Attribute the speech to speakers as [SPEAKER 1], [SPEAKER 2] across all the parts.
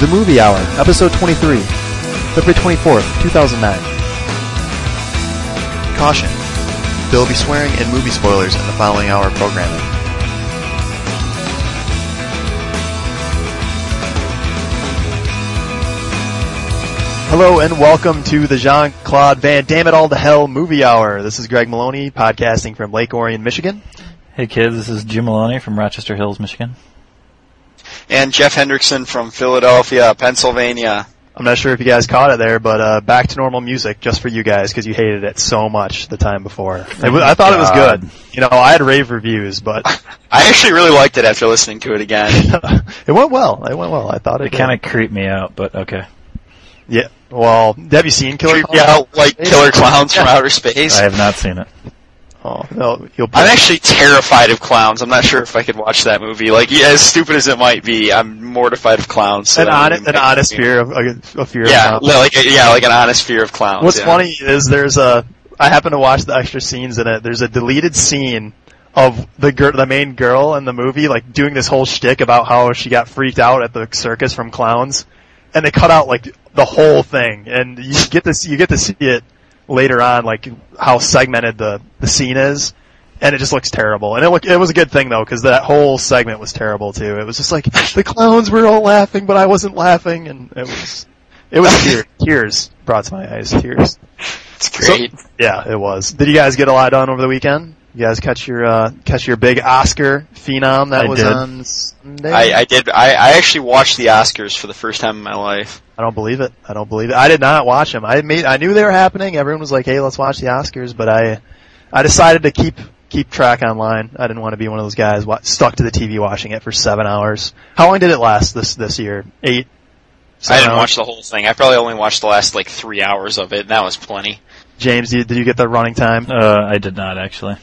[SPEAKER 1] The Movie Hour, Episode 23, February 24th, 2009. Caution. There will be swearing and movie spoilers in the following hour of programming. Hello and welcome to the Jean-Claude Van Damme It All to Hell Movie Hour. This is Greg Maloney, podcasting from Lake Orion, Michigan.
[SPEAKER 2] Hey kids, this is Jim Maloney from Rochester Hills, Michigan.
[SPEAKER 3] and Jeff Hendrickson from Philadelphia, Pennsylvania.
[SPEAKER 1] I'm not sure if you guys caught it there, but uh, back to normal music just for you guys because you hated it so much the time before. It was, I thought it was
[SPEAKER 2] God.
[SPEAKER 1] good. You know, I had rave reviews, but
[SPEAKER 3] I actually really liked it after listening to it again.
[SPEAKER 1] it went well. It went well. I thought it,
[SPEAKER 2] It kind of creeped me out, but okay.
[SPEAKER 1] of yeah. Well, have you seen Killer?
[SPEAKER 3] Creeped me out like killer clowns from outer space.
[SPEAKER 2] I have not seen it.
[SPEAKER 1] Oh no, you'll.
[SPEAKER 3] I'm actually terrified of clowns. I'm not sure if I could watch that movie. Like, yeah, as stupid as it might be, I'm mortified of clowns. so
[SPEAKER 1] an
[SPEAKER 3] that
[SPEAKER 1] honest,
[SPEAKER 3] movie
[SPEAKER 1] an
[SPEAKER 3] might
[SPEAKER 1] honest
[SPEAKER 3] be-
[SPEAKER 1] fear of a, a fear.
[SPEAKER 3] Yeah,
[SPEAKER 1] of clowns.
[SPEAKER 3] li- like yeah, like an honest fear of clowns.
[SPEAKER 1] What's
[SPEAKER 3] yeah.
[SPEAKER 1] funny is there's a. I happen to watch the extra scenes in it. There's a deleted scene of the girl, the main girl in the movie, like doing this whole shtick about how she got freaked out at the circus from clowns, and they cut out like the whole thing, and you get to see, you get to see it later on, like how segmented the the scene is. And it just looks terrible. And it look, it was a good thing though, because that whole segment was terrible too. It was just like the clowns were all laughing, but I wasn't laughing, and it was it was tears. tears brought to my eyes. Tears.
[SPEAKER 3] It's great.
[SPEAKER 1] Yeah, it was. Did you guys get a lot done over the weekend? You guys catch your uh, catch your big Oscar phenom that
[SPEAKER 2] I
[SPEAKER 1] was
[SPEAKER 2] did.
[SPEAKER 1] on Sunday.
[SPEAKER 3] I, I did. I, I actually watched the Oscars for the first time in my life.
[SPEAKER 1] I don't believe it. I don't believe it. I did not watch them. I made, I knew they were happening. Everyone was like, "Hey, let's watch the Oscars," but I I decided to keep keep track online. I didn't want to be one of those guys wa- stuck to the TV watching it for seven hours. How long did it last this this year? Eight.
[SPEAKER 3] I
[SPEAKER 1] Seven
[SPEAKER 3] didn't
[SPEAKER 1] hours?
[SPEAKER 3] watch the whole thing. I probably only watched the last like three hours of it, and that was plenty.
[SPEAKER 1] James, did you, did you get the running time?
[SPEAKER 2] Uh, I did not actually.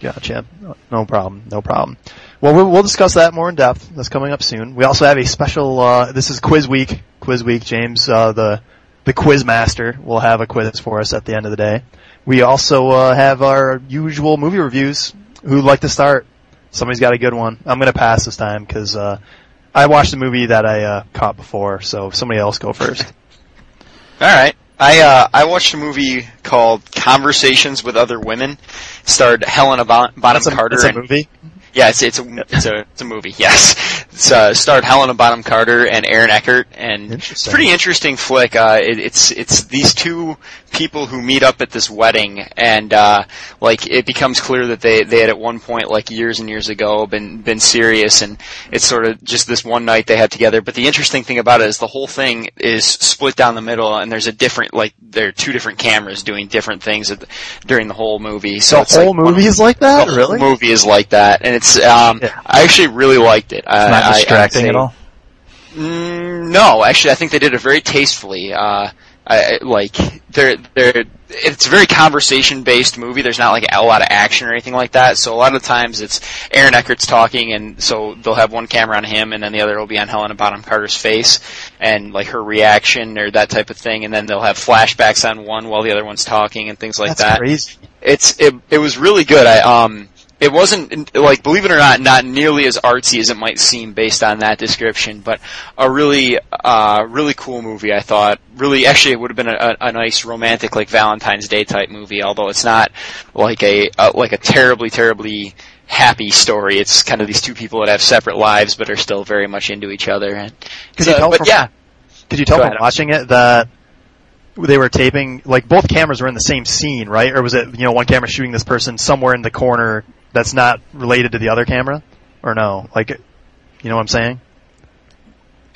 [SPEAKER 1] Gotcha. No problem. No problem. Well, we'll, we'll discuss that more in depth. That's coming up soon. We also have a special. Uh, this is quiz week. Quiz week. James, uh, the the quiz master, will have a quiz for us at the end of the day. We also uh, have our usual movie reviews. Who'd like to start? Somebody's got a good one. I'm gonna pass this time because uh, I watched the movie that I uh, caught before. So somebody else go first.
[SPEAKER 3] All right. I uh, I watched a movie called Conversations with Other Women. It starred Helena Bon- Bonham
[SPEAKER 1] That's a,
[SPEAKER 3] Carter.
[SPEAKER 1] that's a
[SPEAKER 3] and-
[SPEAKER 1] movie.
[SPEAKER 3] yeah, it's it's a it's a it's a movie. Yes, it's, uh, starred Helena Bonham Carter and Aaron Eckert, and it's
[SPEAKER 1] Interesting.
[SPEAKER 3] a pretty interesting flick. Uh, it, it's it's these two people who meet up at this wedding, and uh, like it becomes clear that they they had at one point like years and years ago been been serious, and it's sort of just this one night they had together. But the interesting thing about it is the whole thing is split down the middle, and there's a different like there are two different cameras doing different things at, during the whole movie. So
[SPEAKER 1] The
[SPEAKER 3] it's
[SPEAKER 1] whole
[SPEAKER 3] like one of-
[SPEAKER 1] movie is like that.
[SPEAKER 3] the whole
[SPEAKER 1] Really?
[SPEAKER 3] movie is like that, and it's. Um,
[SPEAKER 1] Yeah.
[SPEAKER 3] I actually really liked it. I, I-
[SPEAKER 2] Not
[SPEAKER 3] I'd
[SPEAKER 2] distracting
[SPEAKER 3] say-
[SPEAKER 2] at all.
[SPEAKER 3] Mm, no, actually, I think they did it very tastefully. Uh, I, I- like they're they're. It's a very conversation-based movie. There's not like a lot of action or anything like that. So a lot of times it's Aaron Eckert's talking, and so they'll have one camera on him, and then the other will be on Helena Bonham Carter's face and like her reaction or that type of thing. And then they'll have flashbacks on one while the other one's talking and things like
[SPEAKER 1] That's
[SPEAKER 3] that
[SPEAKER 1] crazy.
[SPEAKER 3] it's it, it was really good. I um it wasn't like believe it or not not nearly as artsy as it might seem based on that description, but a really uh really cool movie I thought. Really actually it would have been a, a, a nice romantic like Valentine's Day type movie, although it's not like a, a like a terribly terribly happy story. It's kind of these two people that have separate lives but are still very much into each other and
[SPEAKER 1] Could you tell
[SPEAKER 3] but
[SPEAKER 1] from-
[SPEAKER 3] yeah.
[SPEAKER 1] Could you tell
[SPEAKER 3] Go
[SPEAKER 1] from
[SPEAKER 3] ahead.
[SPEAKER 1] watching it that they were taping, like both cameras were in the same scene, right? Or was it, you know, one camera shooting this person somewhere in the corner that's not related to the other camera? Or no? Like, you know what I'm saying?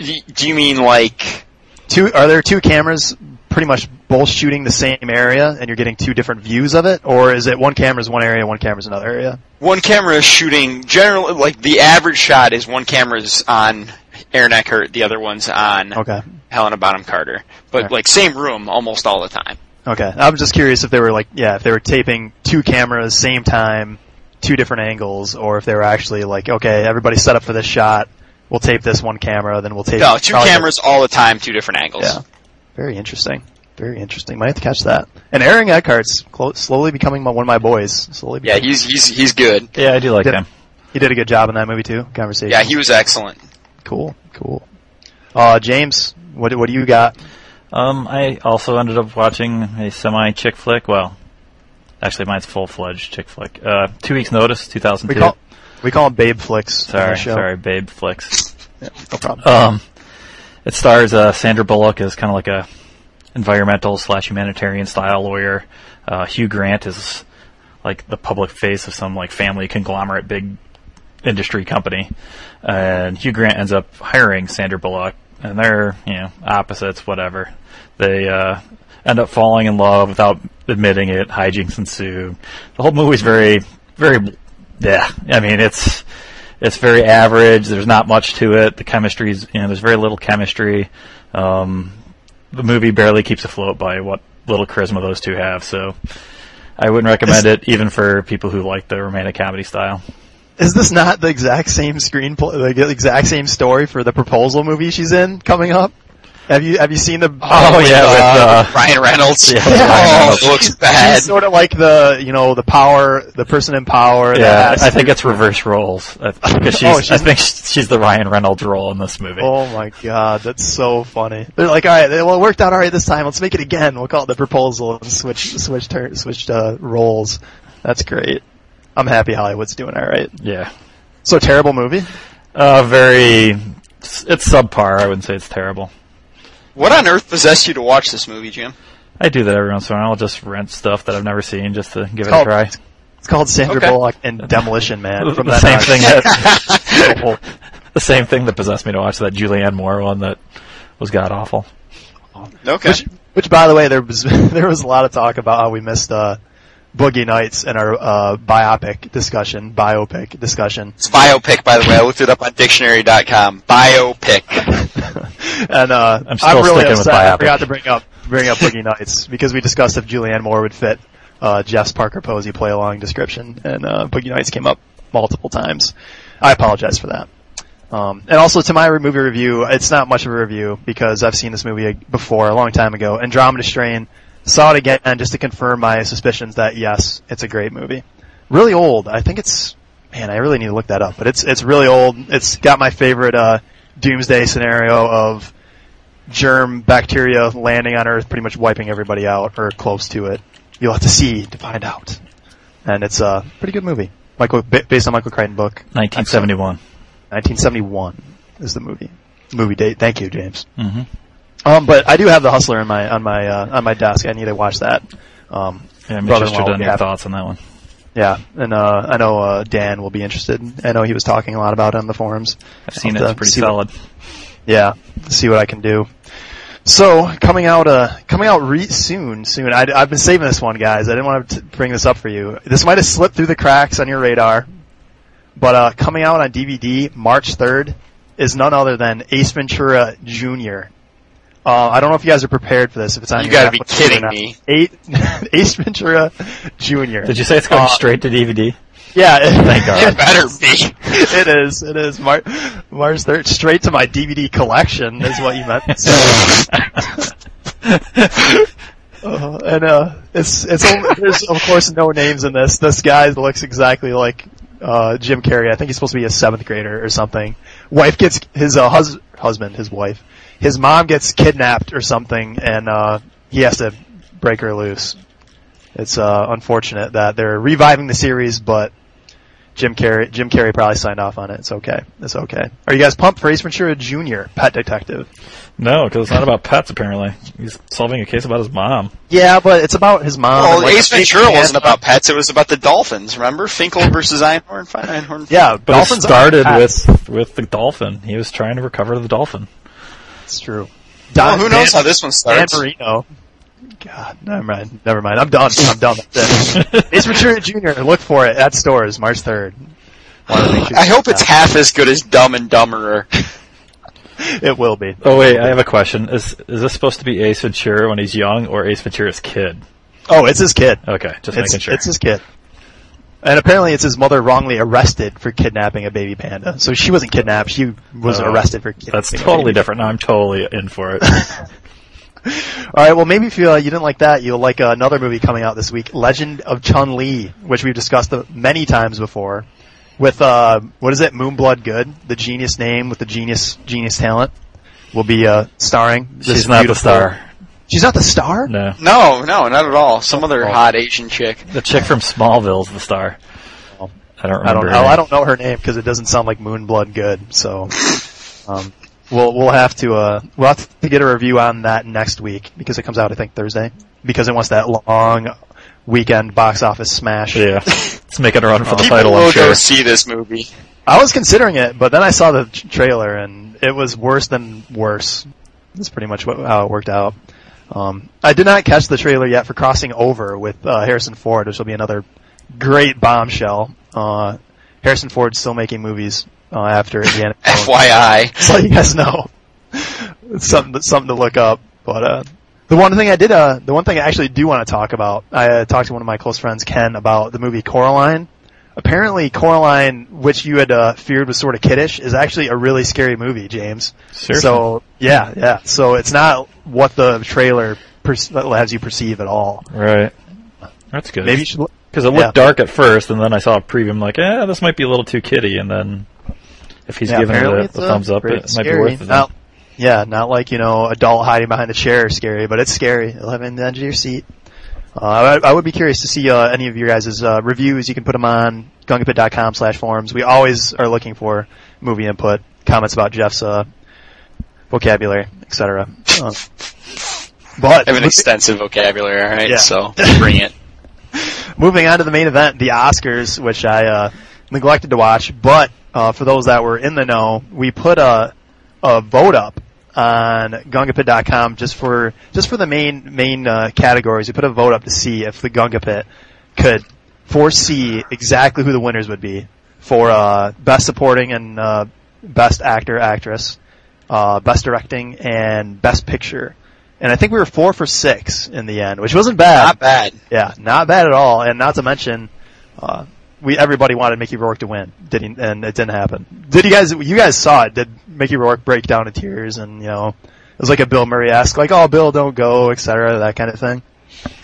[SPEAKER 3] Y- Do you mean like
[SPEAKER 1] Two, are there two cameras pretty much both shooting the same area and you're getting two different views of it? Or is it one camera's one area, one camera's another area?
[SPEAKER 3] one camera is shooting generally like the average shot is one camera's on Aaron Eckhart, the other one's on
[SPEAKER 1] Okay.
[SPEAKER 3] Helena Bonham Carter. But
[SPEAKER 1] Right.
[SPEAKER 3] like same room almost all the time.
[SPEAKER 1] Okay. I'm just curious if they were like, yeah, if they were taping two cameras same time, two different angles, or if they were actually like, okay, everybody's set up for this shot. We'll tape this one camera, then we'll tape.
[SPEAKER 3] No, two
[SPEAKER 1] probably-
[SPEAKER 3] cameras all the time, two different angles.
[SPEAKER 1] Yeah. Very interesting. Very interesting. Might have to catch that. And Aaron Eckhart's clo- slowly becoming my, one of my boys. Slowly.
[SPEAKER 3] Yeah,
[SPEAKER 1] becoming-
[SPEAKER 3] he's he's he's good.
[SPEAKER 2] Yeah, I do like
[SPEAKER 1] Did-
[SPEAKER 2] them.
[SPEAKER 1] he did a good job in that movie too. Conversation.
[SPEAKER 3] Yeah, he was excellent.
[SPEAKER 1] Cool, cool. Uh, James, what what do you got?
[SPEAKER 2] Um, I also ended up watching a semi chick flick. Well, actually, mine's full fledged chick flick. Uh, two weeks notice, two thousand
[SPEAKER 1] We
[SPEAKER 2] two.
[SPEAKER 1] call we call them babe flicks. on
[SPEAKER 2] Sorry,
[SPEAKER 1] the show.
[SPEAKER 2] sorry, babe flicks.
[SPEAKER 1] no problem.
[SPEAKER 2] Um, it stars uh, Sandra Bullock as kind of like a environmental slash humanitarian style lawyer. Uh, Hugh Grant is like the public face of some like family conglomerate big industry company, and Hugh Grant ends up hiring Sandra Bullock, and they're you know opposites, whatever. They uh, end up falling in love without admitting it. Hijinks ensue. The whole movie's very, very, yeah. I mean, it's it's very average. There's not much to it. The chemistry's you know there's very little chemistry. Um, the movie barely keeps afloat by what little charisma those two have. So. I wouldn't recommend it even for people who like the romantic comedy style.
[SPEAKER 1] Is this not the exact same screenplay, the exact same story for the proposal movie she's in coming up? Have you have you seen the?
[SPEAKER 2] Oh, yeah, with, uh,
[SPEAKER 3] Ryan Reynolds.
[SPEAKER 2] Yeah, with Ryan
[SPEAKER 3] oh,
[SPEAKER 2] Reynolds.
[SPEAKER 3] looks
[SPEAKER 1] uh, She's
[SPEAKER 3] bad.
[SPEAKER 1] sort of like the you know the power, the person in power.
[SPEAKER 2] Yeah,
[SPEAKER 1] that has-
[SPEAKER 2] I think it's reverse roles. I, because she's,
[SPEAKER 1] Oh,
[SPEAKER 2] I
[SPEAKER 1] she's-
[SPEAKER 2] think she's the Ryan Reynolds role in this movie.
[SPEAKER 1] Oh my god, that's so funny. They're like, all right, well, it worked out all right this time. Let's make it again. We'll call it the proposal and switch switch turn switch uh, roles. That's great. I'm happy Hollywood's doing all right.
[SPEAKER 2] Yeah,
[SPEAKER 1] So terrible movie.
[SPEAKER 2] uh, very. It's it's subpar. I wouldn't say it's terrible.
[SPEAKER 3] What on earth possessed you to watch this movie, Jim?
[SPEAKER 2] I do that every once in a while. I'll just rent stuff that I've never seen just to give it a
[SPEAKER 1] called-
[SPEAKER 2] try.
[SPEAKER 1] It's called Sandra
[SPEAKER 3] Okay.
[SPEAKER 1] Bullock and Demolition Man from
[SPEAKER 2] the
[SPEAKER 1] that
[SPEAKER 2] same thing that the same thing that possessed me to watch that Julianne Moore one that was god awful.
[SPEAKER 3] Okay.
[SPEAKER 1] Which, which, by the way, there was there was a lot of talk about how we missed uh, Boogie Nights in our uh, biopic discussion, biopic discussion,
[SPEAKER 3] it's biopic, by the way. I looked it up on dictionary.com. Biopic.
[SPEAKER 1] and uh,
[SPEAKER 2] I'm still
[SPEAKER 1] really
[SPEAKER 2] sticking with
[SPEAKER 1] upset. I
[SPEAKER 2] biopic.
[SPEAKER 1] forgot to bring up bring up Boogie Nights because we discussed if Julianne Moore would fit uh, Jeff's Parker Posey play along description, and uh, Boogie Nights came up multiple times. I apologize for that. Um, and also to my re- movie review, it's not much of a review because I've seen this movie before a long time ago. Andromeda Strain saw it again just to confirm my suspicions that yes, it's a great movie. Really old. I think it's man. I really need to look that up. But it's it's really old. It's got my favorite uh, doomsday scenario of germ bacteria landing on Earth, pretty much wiping everybody out or close to it. You'll have to see to find out. And it's a pretty good movie. Michael, ba- based on Michael Crichton book.
[SPEAKER 2] 1971.
[SPEAKER 1] 1971 is the movie. Movie date. Thank you, James.
[SPEAKER 2] Mm-hmm.
[SPEAKER 1] Um, but I do have The Hustler in my on my uh, on my desk. I need to watch that. Um,
[SPEAKER 2] Yeah, I'm
[SPEAKER 1] Brother-in-law
[SPEAKER 2] interested
[SPEAKER 1] would
[SPEAKER 2] in
[SPEAKER 1] be
[SPEAKER 2] your
[SPEAKER 1] happy.
[SPEAKER 2] thoughts on that one.
[SPEAKER 1] yeah, and uh, I know uh, Dan will be interested. I know he was talking a lot about it on the forums.
[SPEAKER 2] I've seen it.
[SPEAKER 1] I'll have
[SPEAKER 2] It's
[SPEAKER 1] to
[SPEAKER 2] pretty
[SPEAKER 1] see-
[SPEAKER 2] solid.
[SPEAKER 1] Yeah, see what I can do. So coming out, uh, coming out re- soon, soon. I, I've been saving this one, guys. I didn't want to bring this up for you. This might have slipped through the cracks on your radar, but uh, coming out on DVD March third is none other than Ace Ventura Jr. Uh, I don't know if you guys are prepared for this. If it's on
[SPEAKER 3] You
[SPEAKER 1] your
[SPEAKER 3] gotta be
[SPEAKER 1] Netflix or
[SPEAKER 3] kidding
[SPEAKER 1] not.
[SPEAKER 3] me.
[SPEAKER 1] Eight, Ace Ventura Jr.
[SPEAKER 2] Did you say it's going
[SPEAKER 1] Uh,
[SPEAKER 2] straight to DVD?
[SPEAKER 1] Yeah, thank
[SPEAKER 3] It better be.
[SPEAKER 1] it is. It is. Mar- March third, straight to my DVD collection is what you meant. So, uh, and uh, it's it's only, there's of course no names in this. This guy looks exactly like uh, Jim Carrey. I think he's supposed to be a seventh grader or something. Wife gets his uh, hus- husband, his wife, his mom gets kidnapped or something, and uh, he has to break her loose. It's uh, unfortunate that they're reviving the series, but Jim Carrey Jim Carrey probably signed off on it. It's okay. It's okay. Are you guys pumped for Ace Ventura Jr. Pet Detective?
[SPEAKER 2] No, because it's not about pets. Apparently, he's solving a case about his mom.
[SPEAKER 1] Yeah, but it's about his mom.
[SPEAKER 3] Well,
[SPEAKER 1] and, like,
[SPEAKER 3] Ace
[SPEAKER 1] a big
[SPEAKER 3] Ventura
[SPEAKER 1] man-
[SPEAKER 3] wasn't about pets. It was about the dolphins. Remember Finkel versus Einhorn? Fi- Einhorn.
[SPEAKER 1] Yeah,
[SPEAKER 2] But
[SPEAKER 1] dolphins
[SPEAKER 2] it started
[SPEAKER 1] aren't pets.
[SPEAKER 2] with with the dolphin. He was trying to recover the dolphin.
[SPEAKER 1] It's true.
[SPEAKER 3] Well,
[SPEAKER 1] Don-
[SPEAKER 3] who knows
[SPEAKER 1] Dan-
[SPEAKER 3] how this one
[SPEAKER 1] Dan
[SPEAKER 3] starts?
[SPEAKER 1] Marino. God, never mind. Never mind. I'm done. I'm done. That's it. Ace Ventura Jr. Look for it at stores March third.
[SPEAKER 3] I hope it's half as good as Dumb and Dumberer.
[SPEAKER 1] It will be.
[SPEAKER 2] Oh wait, I have a question. Is is this supposed to be Ace Ventura when he's young, or Ace Ventura's kid?
[SPEAKER 1] Oh, it's his kid.
[SPEAKER 2] Okay, just
[SPEAKER 1] It's,
[SPEAKER 2] making sure.
[SPEAKER 1] it's his kid. And apparently it's his mother wrongly arrested for kidnapping a baby panda. So she wasn't kidnapped, she was
[SPEAKER 2] Oh,
[SPEAKER 1] arrested for kidnapping.
[SPEAKER 2] That's
[SPEAKER 1] a
[SPEAKER 2] totally
[SPEAKER 1] baby.
[SPEAKER 2] different. No, I'm totally in for it.
[SPEAKER 1] All right. Well, maybe if you uh, you didn't like that, you'll like uh, another movie coming out this week, Legend of Chun Li, which we've discussed uh, many times before. With uh, what is it? Moonblood Good, the genius name with the genius genius talent. will be uh, starring. this
[SPEAKER 2] She's not the
[SPEAKER 1] beautiful-
[SPEAKER 2] star.
[SPEAKER 1] She's not the star.
[SPEAKER 2] No.
[SPEAKER 3] No, no, not at all. Some other hot Asian chick.
[SPEAKER 2] The chick from Smallville's the star. I don't remember.
[SPEAKER 1] I don't
[SPEAKER 2] her
[SPEAKER 1] know. I
[SPEAKER 2] name.
[SPEAKER 1] don't know her name because it doesn't sound like Moonblood good. So, um, we'll we'll have to uh, we'll have to get a review on that next week because it comes out I think Thursday because it wants that long weekend box office smash.
[SPEAKER 2] Yeah. Let's make it a run for the
[SPEAKER 3] People
[SPEAKER 2] title,
[SPEAKER 3] will
[SPEAKER 2] I'm sure.
[SPEAKER 3] go see this movie.
[SPEAKER 1] I was considering it, but then I saw the t- trailer and it was worse than worse. That's pretty much what, how it worked out. Um, I did not catch the trailer yet for Crossing Over with uh, Harrison Ford, which will be another great bombshell. Uh, Harrison Ford's still making movies uh, after Indiana Jones.
[SPEAKER 3] FYI.
[SPEAKER 1] Just let you guys know. It's something that's something to look up. But uh, the one thing I did, uh, the one thing I actually do want to talk about, I uh, talked to one of my close friends, Ken, about the movie Coraline. Apparently, Coraline, which you had uh, feared was sort of kiddish, is actually a really scary movie, James.
[SPEAKER 2] Seriously?
[SPEAKER 1] So yeah, yeah. So it's not what the trailer per- has you perceive at all.
[SPEAKER 2] Right. That's good.
[SPEAKER 1] Maybe you should. look-
[SPEAKER 2] Because it looked dark at first, and then I saw a preview. I'm like, eh, this might be a little too kiddy. And then if he's
[SPEAKER 1] Yeah,
[SPEAKER 2] giving it
[SPEAKER 1] apparently
[SPEAKER 2] a,
[SPEAKER 1] it's,
[SPEAKER 2] the
[SPEAKER 1] uh,
[SPEAKER 2] thumbs up,
[SPEAKER 1] pretty
[SPEAKER 2] it might be
[SPEAKER 1] scary.
[SPEAKER 2] worth it.
[SPEAKER 1] Not- yeah, not like, you know, adult hiding behind a chair is scary, but it's scary. It'll have it in the edge of your seat. Uh, I, I would be curious to see uh, any of your guys' uh, reviews. You can put them on gungapit.com slash forums. We always are looking for movie input, comments about Jeff's uh, vocabulary, etc. Uh, but
[SPEAKER 3] I have an extensive vocabulary, alright?
[SPEAKER 1] Yeah.
[SPEAKER 3] So, bring it.
[SPEAKER 1] Moving on to the main event, the Oscars, which I uh, neglected to watch, but uh, for those that were in the know, we put a, a vote up on gungapit.com just for just for the main main uh, categories. We put a vote up to see if the Gunga Pit could foresee exactly who the winners would be for uh, best supporting and uh, best actor actress, uh, best directing and best picture. And I think we were four for six in the end, which wasn't bad.
[SPEAKER 3] Not bad.
[SPEAKER 1] Yeah, not bad at all. And not to mention, uh, we everybody wanted Mickey Rourke to win, did he, and it didn't happen. Did you guys? You guys saw it? Did Mickey Rourke break down in tears? And you know, it was like a Bill Murray esque, like "Oh, Bill, don't go," etc. That kind of thing.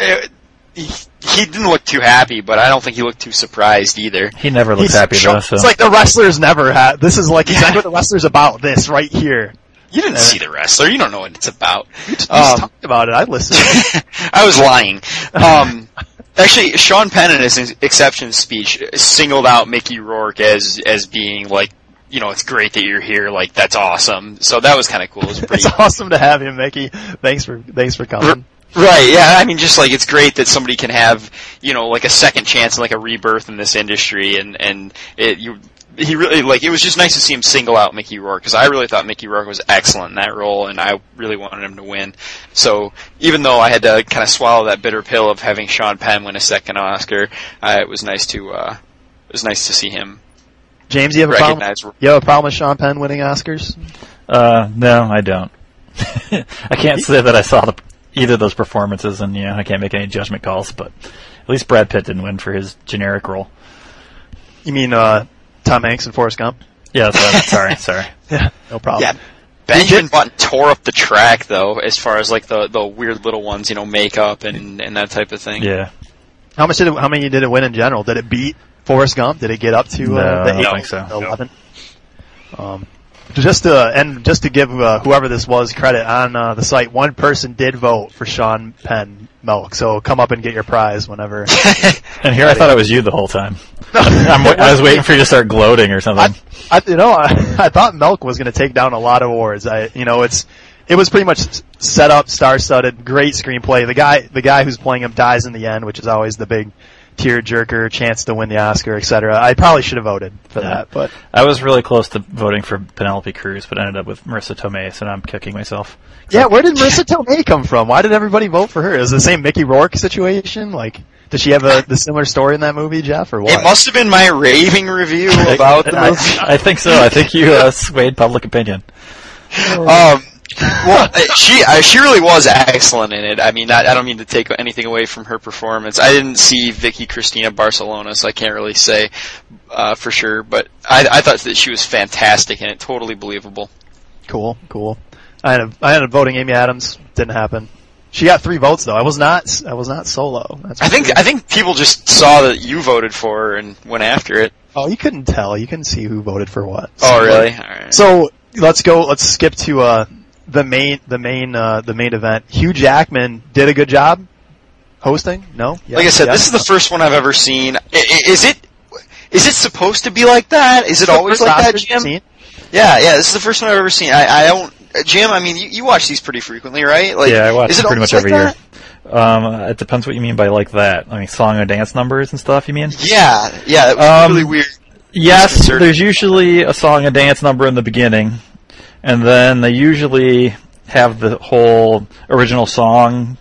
[SPEAKER 3] It- he, he didn't look too happy, but I don't think he looked too surprised either.
[SPEAKER 2] He never looks happy, though. So.
[SPEAKER 1] It's like the wrestlers never had. This is like exactly what the wrestlers about. This right here.
[SPEAKER 3] You didn't see the wrestler. You don't know what it's about.
[SPEAKER 1] We just
[SPEAKER 3] Um,
[SPEAKER 1] talked about it. I listened.
[SPEAKER 3] I was lying. Um, actually, Sean Penn in his exception speech singled out Mickey Rourke as as being like, you know, it's great that you're here. Like, that's awesome. So that was kind of cool. It was pretty.
[SPEAKER 1] it's awesome to have you, Mickey. Thanks for thanks for coming.
[SPEAKER 3] Right, yeah, I mean, just like it's great that somebody can have, you know, like a second chance and like a rebirth in this industry, and and it you he really like it was just nice to see him single out Mickey Rourke because I really thought Mickey Rourke was excellent in that role, and I really wanted him to win. So even though I had to kind of swallow that bitter pill of having Sean Penn win a second Oscar, uh, it was nice to uh, it was nice to see him
[SPEAKER 1] James, you have a problem?
[SPEAKER 3] recognize.
[SPEAKER 1] You have a problem with Sean Penn winning Oscars?
[SPEAKER 2] Uh, no, I don't. I can't say that I saw the, either of those performances, and you know, I can't make any judgment calls. But at least Brad Pitt didn't win for his generic role.
[SPEAKER 1] You mean uh, Tom Hanks and Forrest Gump?
[SPEAKER 2] Yeah, that's sorry, sorry.
[SPEAKER 1] Yeah, no problem.
[SPEAKER 3] Yeah. Benjamin Button tore up the track though, as far as like the, the weird little ones, you know, makeup and, and that type of thing.
[SPEAKER 2] Yeah,
[SPEAKER 1] How much did it, how many did it win in general? Did it beat Forrest Gump? Did it get up to
[SPEAKER 2] No,
[SPEAKER 1] uh, the
[SPEAKER 2] I
[SPEAKER 1] eight,
[SPEAKER 2] don't think so.
[SPEAKER 1] the eleven? Um, just to and just to give uh, whoever this was credit on uh, the site, one person did vote for Sean Penn Milk. So come up and get your prize whenever.
[SPEAKER 2] and here I thought it was you the whole time. I'm, wa- I was waiting for you to start gloating or something.
[SPEAKER 1] I, you know, I, I thought Milk was going to take down a lot of awards. I, you know, it's it was pretty much s- set up, star-studded, great screenplay. The guy, the guy who's playing him dies in the end, which is always the big tear-jerker, chance to win the Oscar, etc. I probably should have voted for
[SPEAKER 2] Yeah.
[SPEAKER 1] that, but
[SPEAKER 2] I was really close to voting for Penelope Cruz, but ended up with Marissa Tomei, so now I'm kicking myself.
[SPEAKER 1] yeah, where did Marissa Tomei come from? Why did everybody vote for her? Is it the same Mickey Rourke situation? Like, does she have a the similar story in that movie, Jeff, or what?
[SPEAKER 3] It must have been my raving review about the
[SPEAKER 2] I,
[SPEAKER 3] movie.
[SPEAKER 2] I think so. I think you uh, swayed public opinion.
[SPEAKER 3] Um, well, uh, she uh, she really was excellent in it. I mean, I, I don't mean to take anything away from her performance. I didn't see Vicky Cristina Barcelona, so I can't really say uh, for sure. But I, I thought that she was fantastic in it, totally believable.
[SPEAKER 1] Cool, cool. I ended up, I ended up voting Amy Adams. Didn't happen. She got three votes though. I was not I was not solo. That's
[SPEAKER 3] I think I think people just saw that you voted for her and went after it.
[SPEAKER 1] Oh, you couldn't tell. You couldn't see who voted for what.
[SPEAKER 3] Oh, really? All right.
[SPEAKER 1] So let's go. Let's skip to uh, the main the main uh, the main event. Hugh Jackman did a good job hosting. No,
[SPEAKER 3] Like I said, this is the first one I've ever seen. I- I- Is it? Is it supposed to be like that? Is it always like that, Jim? Yeah, yeah. This is the first one I've ever seen. I, I don't, uh, Jim. I mean, you, you watch these pretty frequently, right? Like,
[SPEAKER 2] yeah, I watch
[SPEAKER 3] is
[SPEAKER 2] it pretty
[SPEAKER 3] always
[SPEAKER 2] much every
[SPEAKER 3] like that?
[SPEAKER 2] year. Um, uh, it depends what you mean by like that. I mean, song and dance numbers and stuff. You mean?
[SPEAKER 3] Yeah, yeah. It was
[SPEAKER 2] Um,
[SPEAKER 3] really weird.
[SPEAKER 2] Yes,
[SPEAKER 3] Disconcerting.
[SPEAKER 2] there's usually a song and dance number in the beginning, and then they usually have the whole original song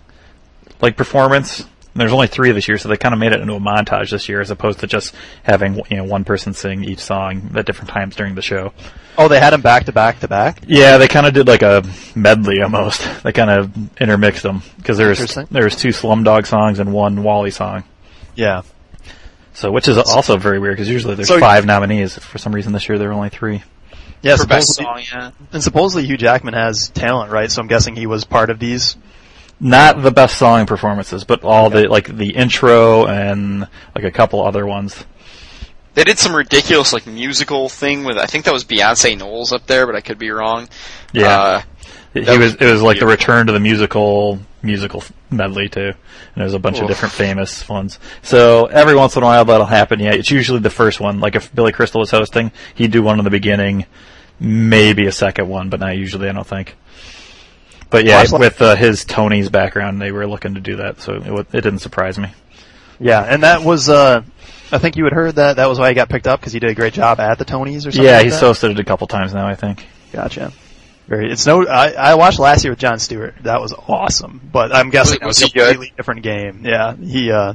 [SPEAKER 2] like performance. And there's only three this year, so they kind of made it into a montage this year, as opposed to just having you know one person sing each song at different times during the show.
[SPEAKER 1] Oh, they had him back to back to back.
[SPEAKER 2] Yeah, they kind of did like a medley almost. They kind of intermixed them because there was
[SPEAKER 1] Interesting.
[SPEAKER 2] there was two Slumdog songs and one Wally song.
[SPEAKER 1] Yeah.
[SPEAKER 2] So, which is also very weird because usually there's
[SPEAKER 3] So-
[SPEAKER 2] five nominees. For some reason, this year there were only three.
[SPEAKER 1] Yeah,
[SPEAKER 3] For best
[SPEAKER 1] supposedly,
[SPEAKER 3] song, yeah.
[SPEAKER 1] and supposedly Hugh Jackman has talent, right? So I'm guessing he was part of these.
[SPEAKER 2] Not the best song performances, but all the like the intro and like a couple other ones.
[SPEAKER 3] They did some ridiculous like musical thing with. I think that was Beyonce Knowles up there, but I could be wrong.
[SPEAKER 2] Yeah,
[SPEAKER 3] Uh,
[SPEAKER 2] he
[SPEAKER 3] that
[SPEAKER 2] was
[SPEAKER 3] was
[SPEAKER 2] it was like the
[SPEAKER 3] weird.
[SPEAKER 2] return to the musical musical f- medley too, and there's a bunch of
[SPEAKER 3] Oof.
[SPEAKER 2] different famous ones. So every once in a while that'll happen. Yeah, it's usually the first one. Like if Billy Crystal was hosting, he'd do one in the beginning, maybe a second one, but not usually. I don't think. But yeah,
[SPEAKER 1] Well, I saw-
[SPEAKER 2] with uh, his Tony's background, they were looking to do that, so it, wa- it didn't surprise me.
[SPEAKER 1] Yeah, and that was. uh I think you had heard that. That was why he got picked up because he did a great job at the Tonys or something.
[SPEAKER 2] yeah,
[SPEAKER 1] like
[SPEAKER 2] he's
[SPEAKER 1] that.
[SPEAKER 2] hosted it a couple times now, I think.
[SPEAKER 1] Gotcha. Very. It's no. I, I watched last year with John Stewart. That was awesome. But I'm guessing
[SPEAKER 3] Was- was
[SPEAKER 1] it was a
[SPEAKER 3] he good?
[SPEAKER 1] completely different game. Yeah. He. uh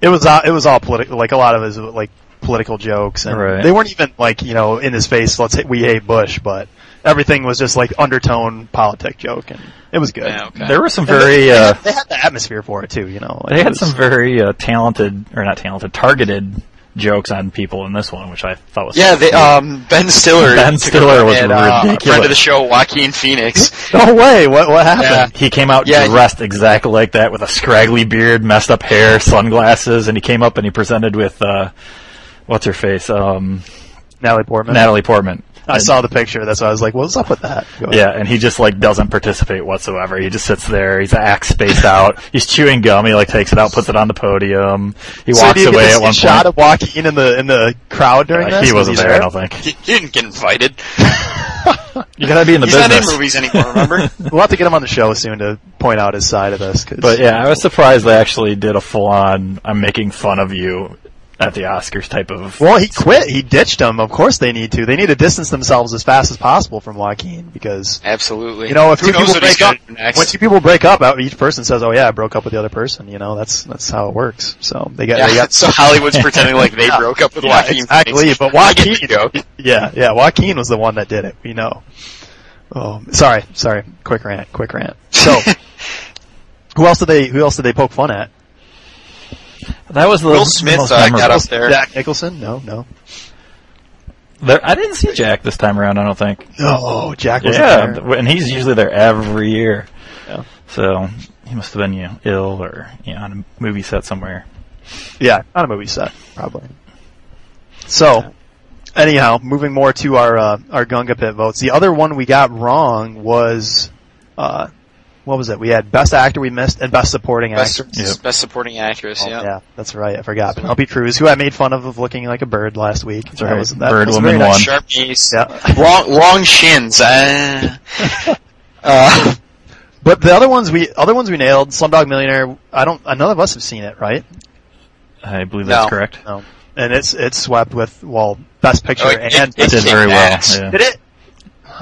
[SPEAKER 1] It was. All, it was all political. Like a lot of his like political jokes, and
[SPEAKER 2] Right.
[SPEAKER 1] they weren't even like you know in his face. Let's hit. We hate Bush, but everything was just like undertone politic joke, and it was good.
[SPEAKER 3] yeah, okay.
[SPEAKER 2] There were some very uh,
[SPEAKER 1] They had the atmosphere for it too. You know. Like,
[SPEAKER 2] They
[SPEAKER 1] it
[SPEAKER 2] had
[SPEAKER 1] was-
[SPEAKER 2] some very uh, talented, or not talented, targeted jokes on people in this one, which I thought was
[SPEAKER 3] Yeah, they,
[SPEAKER 1] uh,
[SPEAKER 3] um, Ben Stiller.
[SPEAKER 2] Ben
[SPEAKER 3] took
[SPEAKER 2] Stiller
[SPEAKER 3] a-
[SPEAKER 2] was
[SPEAKER 3] and, uh, a friend
[SPEAKER 2] ridiculous.
[SPEAKER 3] of the show, Joaquin Phoenix.
[SPEAKER 1] No way. What what happened?
[SPEAKER 2] He came out
[SPEAKER 3] Yeah, he-
[SPEAKER 2] dressed exactly like that with a scraggly beard, messed up hair, sunglasses, and he came up and he presented with uh, what's her face, um,
[SPEAKER 1] Natalie Portman.
[SPEAKER 2] Natalie Portman.
[SPEAKER 1] I saw the picture. That's why I was like, "What's up with that?" Go ahead.
[SPEAKER 2] Yeah, and he just like doesn't participate whatsoever. He just sits there. He's axe spaced out. He's chewing gum. He like takes it out, puts it on the podium. He
[SPEAKER 1] So do
[SPEAKER 2] walks
[SPEAKER 1] you get to
[SPEAKER 2] away
[SPEAKER 1] see
[SPEAKER 2] at one
[SPEAKER 1] a shot
[SPEAKER 2] point.
[SPEAKER 1] of Joaquin in the in the crowd during
[SPEAKER 2] Uh,
[SPEAKER 1] this.
[SPEAKER 2] he
[SPEAKER 1] Was
[SPEAKER 2] wasn't there, I don't think.
[SPEAKER 3] He, he didn't get invited.
[SPEAKER 2] You gotta be in the
[SPEAKER 3] He's
[SPEAKER 2] business.
[SPEAKER 3] not in movies anymore. Remember?
[SPEAKER 1] We'll have to get him on the show soon to point out his side of this. 'cause-
[SPEAKER 2] But yeah, I was surprised they actually did a full on I'm making fun of you at the Oscars type of
[SPEAKER 1] well, he quit. He ditched him. Of course, they need to. They need to distance themselves as fast as possible from Joaquin because
[SPEAKER 3] Absolutely.
[SPEAKER 1] you know if
[SPEAKER 3] Who
[SPEAKER 1] two
[SPEAKER 3] knows
[SPEAKER 1] people
[SPEAKER 3] what he's
[SPEAKER 1] break up,
[SPEAKER 3] gonna do next?
[SPEAKER 1] when two people break up, out- each person says, "Oh yeah, I broke up with the other person." You know, that's that's how it works. So they got they
[SPEAKER 3] yeah,
[SPEAKER 1] got
[SPEAKER 3] so Hollywood's pretending like they
[SPEAKER 1] Yeah.
[SPEAKER 3] broke up with
[SPEAKER 1] Yeah,
[SPEAKER 3] Joaquin.
[SPEAKER 1] exactly.
[SPEAKER 3] Phoenix.
[SPEAKER 1] But
[SPEAKER 3] I get the
[SPEAKER 1] Joaquin,
[SPEAKER 3] joke.
[SPEAKER 1] yeah, yeah, Joaquin was the one that did it. We know. Oh, sorry, sorry. Quick rant, quick rant. So, who else did they? Who else did they poke fun at?
[SPEAKER 2] that was the
[SPEAKER 3] Will Smith,
[SPEAKER 2] most
[SPEAKER 3] uh, got
[SPEAKER 2] memorable.
[SPEAKER 3] up there.
[SPEAKER 1] Jack Nicholson? No, no,
[SPEAKER 2] There- I didn't see Jack this time around. I don't think.
[SPEAKER 1] no. Jack was
[SPEAKER 2] Yeah, th- and he's usually there every year.
[SPEAKER 1] Yeah.
[SPEAKER 2] So he must have been you know, ill or you know, on a movie set somewhere.
[SPEAKER 1] yeah, on a movie set, probably. So, anyhow, moving more to our uh, our Gunga Pit votes. The other one we got wrong was, uh, what was it? We had best actor we missed and best supporting
[SPEAKER 3] Best,
[SPEAKER 1] actor.
[SPEAKER 2] Yep.
[SPEAKER 3] best supporting actress.
[SPEAKER 1] Oh,
[SPEAKER 3] yeah.
[SPEAKER 1] yeah, that's right. I forgot. Penelope Cruz, who I made fun of of looking like a bird last week. That's
[SPEAKER 2] right.
[SPEAKER 1] was, that
[SPEAKER 2] Bird
[SPEAKER 1] was
[SPEAKER 2] woman
[SPEAKER 1] very nice.
[SPEAKER 2] won.
[SPEAKER 3] Sharp knees.
[SPEAKER 1] Yeah.
[SPEAKER 3] Long, long shins. Uh, uh,
[SPEAKER 1] But the other ones we other ones we nailed. Slumdog Millionaire. I don't. None of us have seen it, right?
[SPEAKER 2] I believe that's
[SPEAKER 3] No.
[SPEAKER 2] correct.
[SPEAKER 1] No. And it's it's swept with well, best picture
[SPEAKER 3] Oh, it-
[SPEAKER 1] and
[SPEAKER 2] It did
[SPEAKER 3] it kicked
[SPEAKER 2] very well.
[SPEAKER 3] ass.
[SPEAKER 2] yeah.
[SPEAKER 1] did it.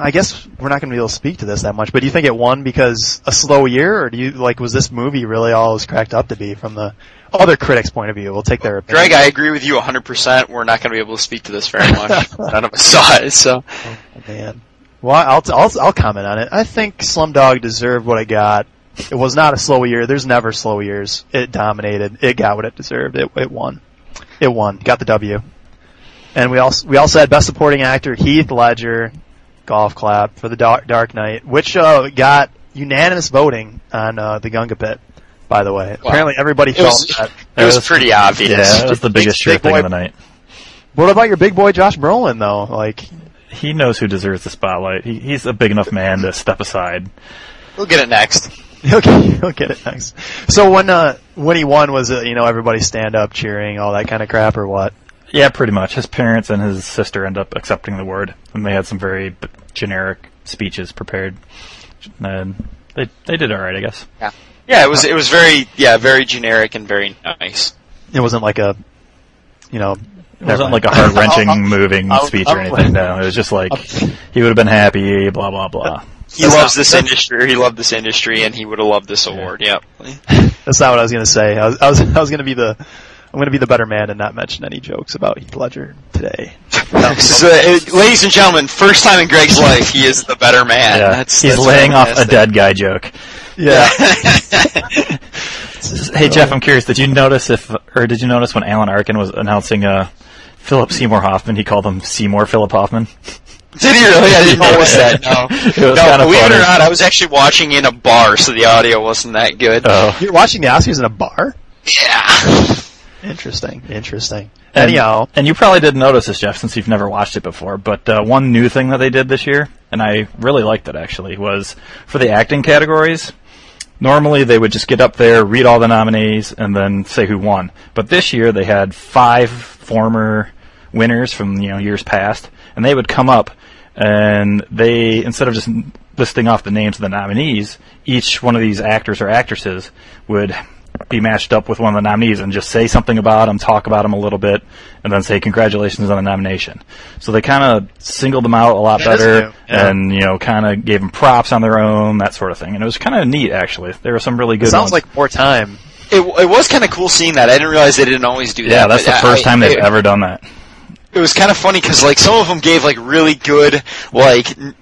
[SPEAKER 1] I guess we're not going to be able to speak to this that much. But do you think it won because a slow year, or do you like was this movie really all it was cracked up to be from the other critics' point of view? We'll take their opinion.
[SPEAKER 3] Greg, I agree with you 100%. We're not going to be able to speak to this very much. None of us saw it, so.
[SPEAKER 1] Man. Well, I'll, I'll, I'll comment on it. I think Slumdog deserved what it got. It was not a slow year. There's never slow years. It dominated. It got what it deserved. It, it won. It won. Got the W. And we also, we also had Best Supporting Actor Heath Ledger, golf clap for the Dark, Dark Knight, which, uh, got unanimous voting on, uh, the Gunga Pit, by the way. Apparently everybody
[SPEAKER 3] It
[SPEAKER 1] felt
[SPEAKER 3] was,
[SPEAKER 1] that.
[SPEAKER 3] it was pretty obvious.
[SPEAKER 2] Yeah, that was the biggest sure
[SPEAKER 1] Big
[SPEAKER 2] thing
[SPEAKER 1] boy-
[SPEAKER 2] of the night.
[SPEAKER 1] What about your big boy Josh Brolin though? Like,
[SPEAKER 2] he knows who deserves the spotlight. He, he's a big enough man to step aside.
[SPEAKER 3] We'll get it next.
[SPEAKER 1] Okay, he'll get it next. So when uh when he won, was it you know everybody stand up cheering, all that kind of crap, or what?
[SPEAKER 2] Yeah, pretty much. His parents and his sister end up accepting the award, and they had some very b- generic speeches prepared. And they they did all right, I guess.
[SPEAKER 3] Yeah. Yeah, it was it was very yeah very generic and very nice.
[SPEAKER 1] It wasn't like a, you know,
[SPEAKER 2] It wasn't like a heart wrenching, moving speech or anything. No, it was just like he would have been happy. Blah blah blah.
[SPEAKER 3] He loves this industry. He loved this industry, and he would have loved this award. Yep.
[SPEAKER 1] That's not what I was gonna say. I was I was, I was gonna be the I'm gonna be the better man and not mention any jokes about Heath Ledger today.
[SPEAKER 3] So, uh, ladies and gentlemen, first time in Greg's life, he is the better man.
[SPEAKER 2] Yeah,
[SPEAKER 3] That's,
[SPEAKER 2] he's
[SPEAKER 3] that's
[SPEAKER 2] laying off a
[SPEAKER 3] fantastic.
[SPEAKER 2] dead guy joke.
[SPEAKER 1] Yeah.
[SPEAKER 2] Hey Jeff, I'm curious. Did you notice if, or did you notice when Alan Arkin was announcing uh, Philip Seymour Hoffman, he called him Seymour Philip Hoffman?
[SPEAKER 3] Did he really? I didn't notice that. No,
[SPEAKER 2] It was
[SPEAKER 3] no.
[SPEAKER 2] kinda
[SPEAKER 3] Believe it
[SPEAKER 2] funny.
[SPEAKER 3] or not, I was actually watching in a bar, so the audio wasn't that good.
[SPEAKER 2] Oh,
[SPEAKER 1] You're watching the Oscars in a bar?
[SPEAKER 3] yeah.
[SPEAKER 1] Interesting. Interesting.
[SPEAKER 2] And-
[SPEAKER 1] Anyhow,
[SPEAKER 2] and you probably didn't notice this, Jeff, since you've never watched it before. But uh, one new thing that they did this year, and I really liked it actually, was for the acting categories. Normally they would just get up there, read all the nominees, and then say who won. But this year they had five former winners from you know years past, and they would come up and they instead of just listing off the names of the nominees, each one of these actors or actresses would be matched up with one of the nominees and just say something about them, talk about them a little bit, and then say congratulations on the nomination. So they kind of singled them out a lot
[SPEAKER 1] That is
[SPEAKER 2] better,
[SPEAKER 1] new, yeah.
[SPEAKER 2] and you know, kind of gave them props on their own, that sort of thing. And it was kind of neat, actually. There were some really good.
[SPEAKER 1] it sounds
[SPEAKER 2] ones.
[SPEAKER 1] like more time.
[SPEAKER 3] It, it was kind of cool seeing that. I didn't realize they didn't always do that.
[SPEAKER 2] yeah, that's the
[SPEAKER 3] but I-
[SPEAKER 2] first time they've
[SPEAKER 3] it,
[SPEAKER 2] ever done that.
[SPEAKER 3] It was kind of funny because like some of them gave like really good, like n-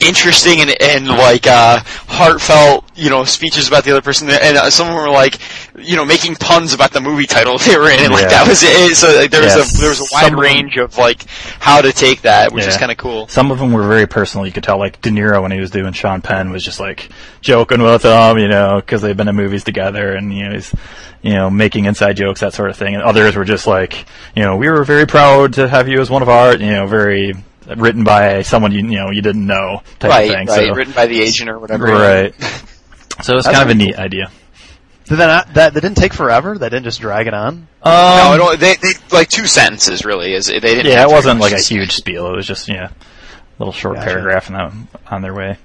[SPEAKER 3] interesting and and like uh, heartfelt, you know, speeches about the other person, and uh, some of them were like, you know, making puns about the movie title they were in, and like
[SPEAKER 2] Yeah.
[SPEAKER 3] that was it. So like, there was
[SPEAKER 2] Yes.
[SPEAKER 3] a there was a wide
[SPEAKER 2] Some of them-
[SPEAKER 3] range of like how to take that, which is
[SPEAKER 2] Yeah.
[SPEAKER 3] kind of cool.
[SPEAKER 2] Some of them were very personal. You could tell, like De Niro when he was doing Sean Penn was just like joking with them, you know, because they've been in movies together, and you know he's, you know, making inside jokes that sort of thing. And others were just like, you know, we were very proud to have you as one of our, you know, very written by someone you, you know you didn't know type
[SPEAKER 3] Right,
[SPEAKER 2] of thing.
[SPEAKER 3] right.
[SPEAKER 2] so
[SPEAKER 3] Written by the agent or whatever.
[SPEAKER 2] right. So
[SPEAKER 1] That's
[SPEAKER 2] it's kind of a
[SPEAKER 1] pretty
[SPEAKER 2] neat idea.
[SPEAKER 1] Did that, not, that that didn't take forever. That didn't just drag it on.
[SPEAKER 2] Um,
[SPEAKER 3] No, it only, they, they like two sentences really. Is they didn't.
[SPEAKER 2] yeah,
[SPEAKER 3] have
[SPEAKER 2] it
[SPEAKER 3] very
[SPEAKER 2] wasn't
[SPEAKER 3] much
[SPEAKER 2] like a
[SPEAKER 3] to say.
[SPEAKER 2] huge spiel. It was just yeah, a little short
[SPEAKER 1] Gotcha.
[SPEAKER 2] paragraph and on, on their way.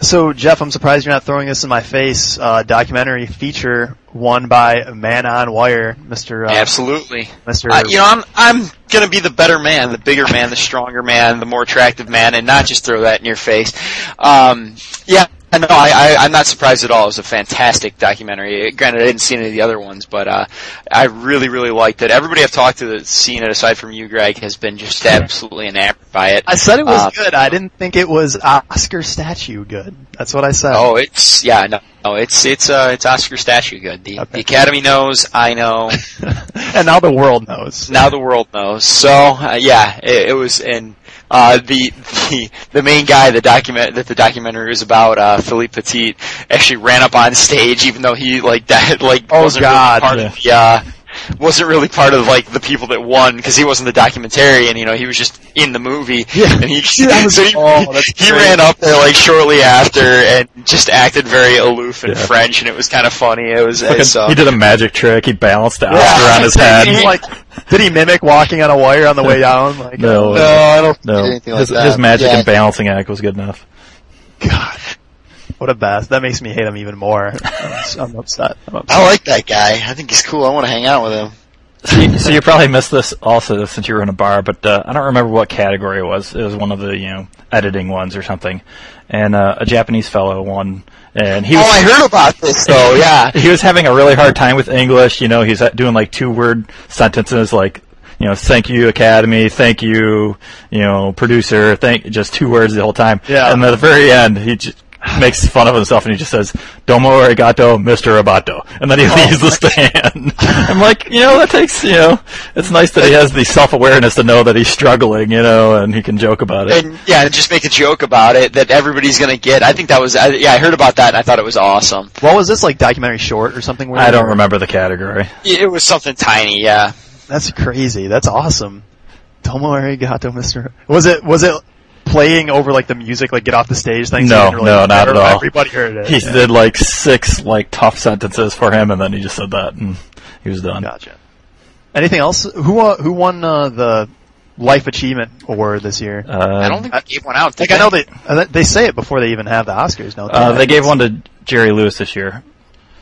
[SPEAKER 1] So Jeff, I'm surprised you're not throwing this in my face. Uh, documentary feature won by Man on Wire, Mr. Uh,
[SPEAKER 3] Absolutely.
[SPEAKER 1] Mr.
[SPEAKER 3] Uh, you know, I'm I'm gonna be the better man, the bigger man, the stronger man, the more attractive man, and not just throw that in your face. Um, yeah, I know. I, I I'm not surprised at all. It was a fantastic documentary. Granted, I didn't see any of the other ones, but uh, I really really liked it. Everybody I've talked to that's seen it, aside from you, Greg, has been just absolutely enamored by it.
[SPEAKER 1] I said it was
[SPEAKER 3] Uh,
[SPEAKER 1] good. I didn't think it was Oscar statue good. That's what I said.
[SPEAKER 3] Oh, it's yeah, no, no it's it's uh, it's Oscar statue good. The,
[SPEAKER 1] Okay.
[SPEAKER 3] the Academy knows. I know.
[SPEAKER 1] and now the world knows.
[SPEAKER 3] now the world knows. So uh, yeah, it, it was in uh, the the the main guy the document that the documentary was about, uh, Philippe Petit, actually ran up on stage even though he like that like
[SPEAKER 1] Oh,
[SPEAKER 3] wasn't
[SPEAKER 1] God,
[SPEAKER 3] really part of the. Uh, wasn't really part of like the people that won because he wasn't the documentarian, you know. He was just in the movie,
[SPEAKER 1] Yeah.
[SPEAKER 3] and he
[SPEAKER 1] That was-
[SPEAKER 3] so he,
[SPEAKER 1] oh, that's
[SPEAKER 3] he
[SPEAKER 1] great.
[SPEAKER 3] ran up there like shortly after and just acted very aloof and
[SPEAKER 2] Yeah.
[SPEAKER 3] French, and it was kind of funny. It was uh,
[SPEAKER 2] Like a-
[SPEAKER 3] so,
[SPEAKER 2] He did a magic trick. He balanced the Oscar
[SPEAKER 3] Yeah.
[SPEAKER 2] on his head.
[SPEAKER 1] He's like, did he mimic walking on a wire on the way down? Like, uh,
[SPEAKER 2] No,
[SPEAKER 3] no, I don't
[SPEAKER 2] no.
[SPEAKER 3] think anything like
[SPEAKER 2] His,
[SPEAKER 3] that.
[SPEAKER 2] his magic
[SPEAKER 3] Yeah.
[SPEAKER 2] and balancing act was good enough.
[SPEAKER 1] God, what a best. That makes me hate him even more. I'm upset. I'm upset.
[SPEAKER 3] I like that guy. I think he's cool. I want to hang out with him.
[SPEAKER 2] So you, so you probably missed this also since you were in a bar, but uh, I don't remember what category it was. It was one of the you know editing ones or something, and uh, a Japanese fellow won, and he was
[SPEAKER 3] Oh, I heard about this though. Yeah,
[SPEAKER 2] he was having a really hard time with English. You know, he's uh, doing like two word sentences like. You know, thank you, Academy. Thank you, you know, producer. Thank just two words the whole time.
[SPEAKER 1] Yeah.
[SPEAKER 2] And at the very end, he just makes fun of himself and he just says, "Domo arigato, Mr. Abato," and
[SPEAKER 3] Oh
[SPEAKER 2] then he leaves the stand. I'm like, you know, that takes. You know, it's nice that he has the self awareness to know that he's struggling. You know, and he can joke about it.
[SPEAKER 3] and yeah, and just make a joke about it that everybody's gonna get. I think that was. I, yeah, I heard about that and I thought it was awesome.
[SPEAKER 1] What was this like documentary short or something? Weird?
[SPEAKER 2] I don't remember the category.
[SPEAKER 3] It was something tiny. Yeah.
[SPEAKER 1] That's crazy. That's awesome. Domo arigato, Mister. Was it? Was it? playing over like the music, like get off the stage thing?
[SPEAKER 2] No,
[SPEAKER 1] you didn't really
[SPEAKER 2] no, not
[SPEAKER 1] care?
[SPEAKER 2] at all.
[SPEAKER 1] Everybody heard it.
[SPEAKER 2] He
[SPEAKER 1] Yeah.
[SPEAKER 2] did like six like tough sentences for him, and then he just said that, and he was done.
[SPEAKER 1] Gotcha. Anything else? Who uh, who won uh, the Life Achievement Award this year?
[SPEAKER 2] Uh,
[SPEAKER 3] I don't think they gave one out. did
[SPEAKER 1] like I know they uh, they say it before they even have the Oscars. Don't
[SPEAKER 2] uh, they gave one to Jerry Lewis this year.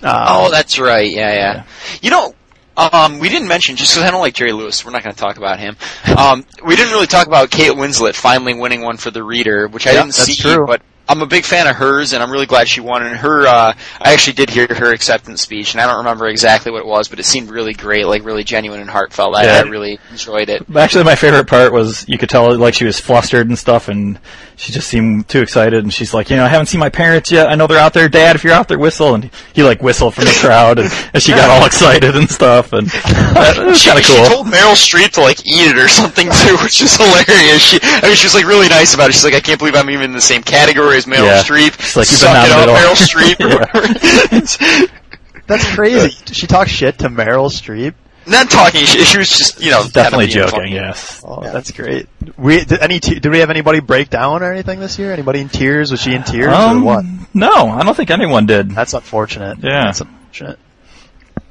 [SPEAKER 1] Uh,
[SPEAKER 3] Oh, that's right. Yeah, yeah. You know, um, we didn't mention just because I don't like Jerry Lewis. We're not going to talk about him. Um, we didn't really talk about Kate Winslet finally winning one for the Reader, which I
[SPEAKER 1] Yeah,
[SPEAKER 3] didn't
[SPEAKER 1] that's
[SPEAKER 3] see,
[SPEAKER 1] true.
[SPEAKER 3] but. I'm a big fan of hers, and I'm really glad she won. And her, uh, I actually did hear her acceptance speech, and I don't remember exactly what it was, but it seemed really great, like really genuine and heartfelt. I,
[SPEAKER 2] Yeah.
[SPEAKER 3] I really enjoyed it.
[SPEAKER 2] Actually, my favorite part was you could tell like she was flustered and stuff, and she just seemed too excited. And she's like, you know, I haven't seen my parents yet. I know they're out there, Dad. If you're out there, whistle. And he like whistled from the crowd, and, and she got all excited and stuff. And that was
[SPEAKER 3] She,
[SPEAKER 2] kind of
[SPEAKER 3] she
[SPEAKER 2] cool.
[SPEAKER 3] told Meryl Streep to like eat it or something too, which is hilarious. She, I mean, she was like really nice about it. She's like, I can't believe I'm even in the same category as Meryl
[SPEAKER 2] Yeah.
[SPEAKER 3] Streep.
[SPEAKER 2] She's like, "You've been
[SPEAKER 3] Suck it up,
[SPEAKER 2] nominated all-"
[SPEAKER 3] Meryl
[SPEAKER 2] Yeah.
[SPEAKER 3] Streep. or whatever.
[SPEAKER 1] that's crazy. she talks shit to Meryl Streep.
[SPEAKER 3] Not talking. She, she was just you know
[SPEAKER 2] She's definitely
[SPEAKER 3] kind of being
[SPEAKER 2] joking.
[SPEAKER 3] funny.
[SPEAKER 2] Yes.
[SPEAKER 1] Oh, that's great. We did any te- did we have anybody break down or anything this year? Anybody in tears? Was she in tears or what?
[SPEAKER 2] Um, no, I don't think anyone did.
[SPEAKER 1] That's unfortunate.
[SPEAKER 2] Yeah.
[SPEAKER 1] That's unfortunate.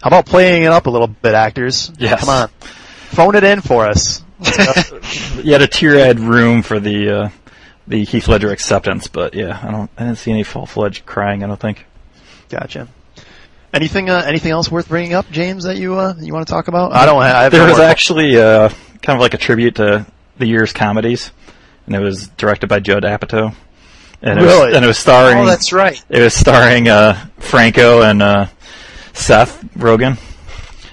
[SPEAKER 1] How about playing it up a little bit, actors?
[SPEAKER 2] Yes.
[SPEAKER 1] Come on. Phone it in for us. Let's go.
[SPEAKER 2] You had a tear-eyed room for the uh, the Heath Ledger acceptance, but yeah, I don't. I didn't see any full-fledged crying. I don't think.
[SPEAKER 1] gotcha. Anything, uh, anything else worth bringing up, James, that you, uh, you want to talk about? I don't have, I have
[SPEAKER 2] There
[SPEAKER 1] no
[SPEAKER 2] was
[SPEAKER 1] more-
[SPEAKER 2] actually uh, kind of like a tribute to the year's comedies, and it was directed by Judd Apatow, and it was
[SPEAKER 1] Really?
[SPEAKER 2] and it was starring
[SPEAKER 3] Oh, that's right.
[SPEAKER 2] it was starring uh, Franco and uh, Seth Rogen,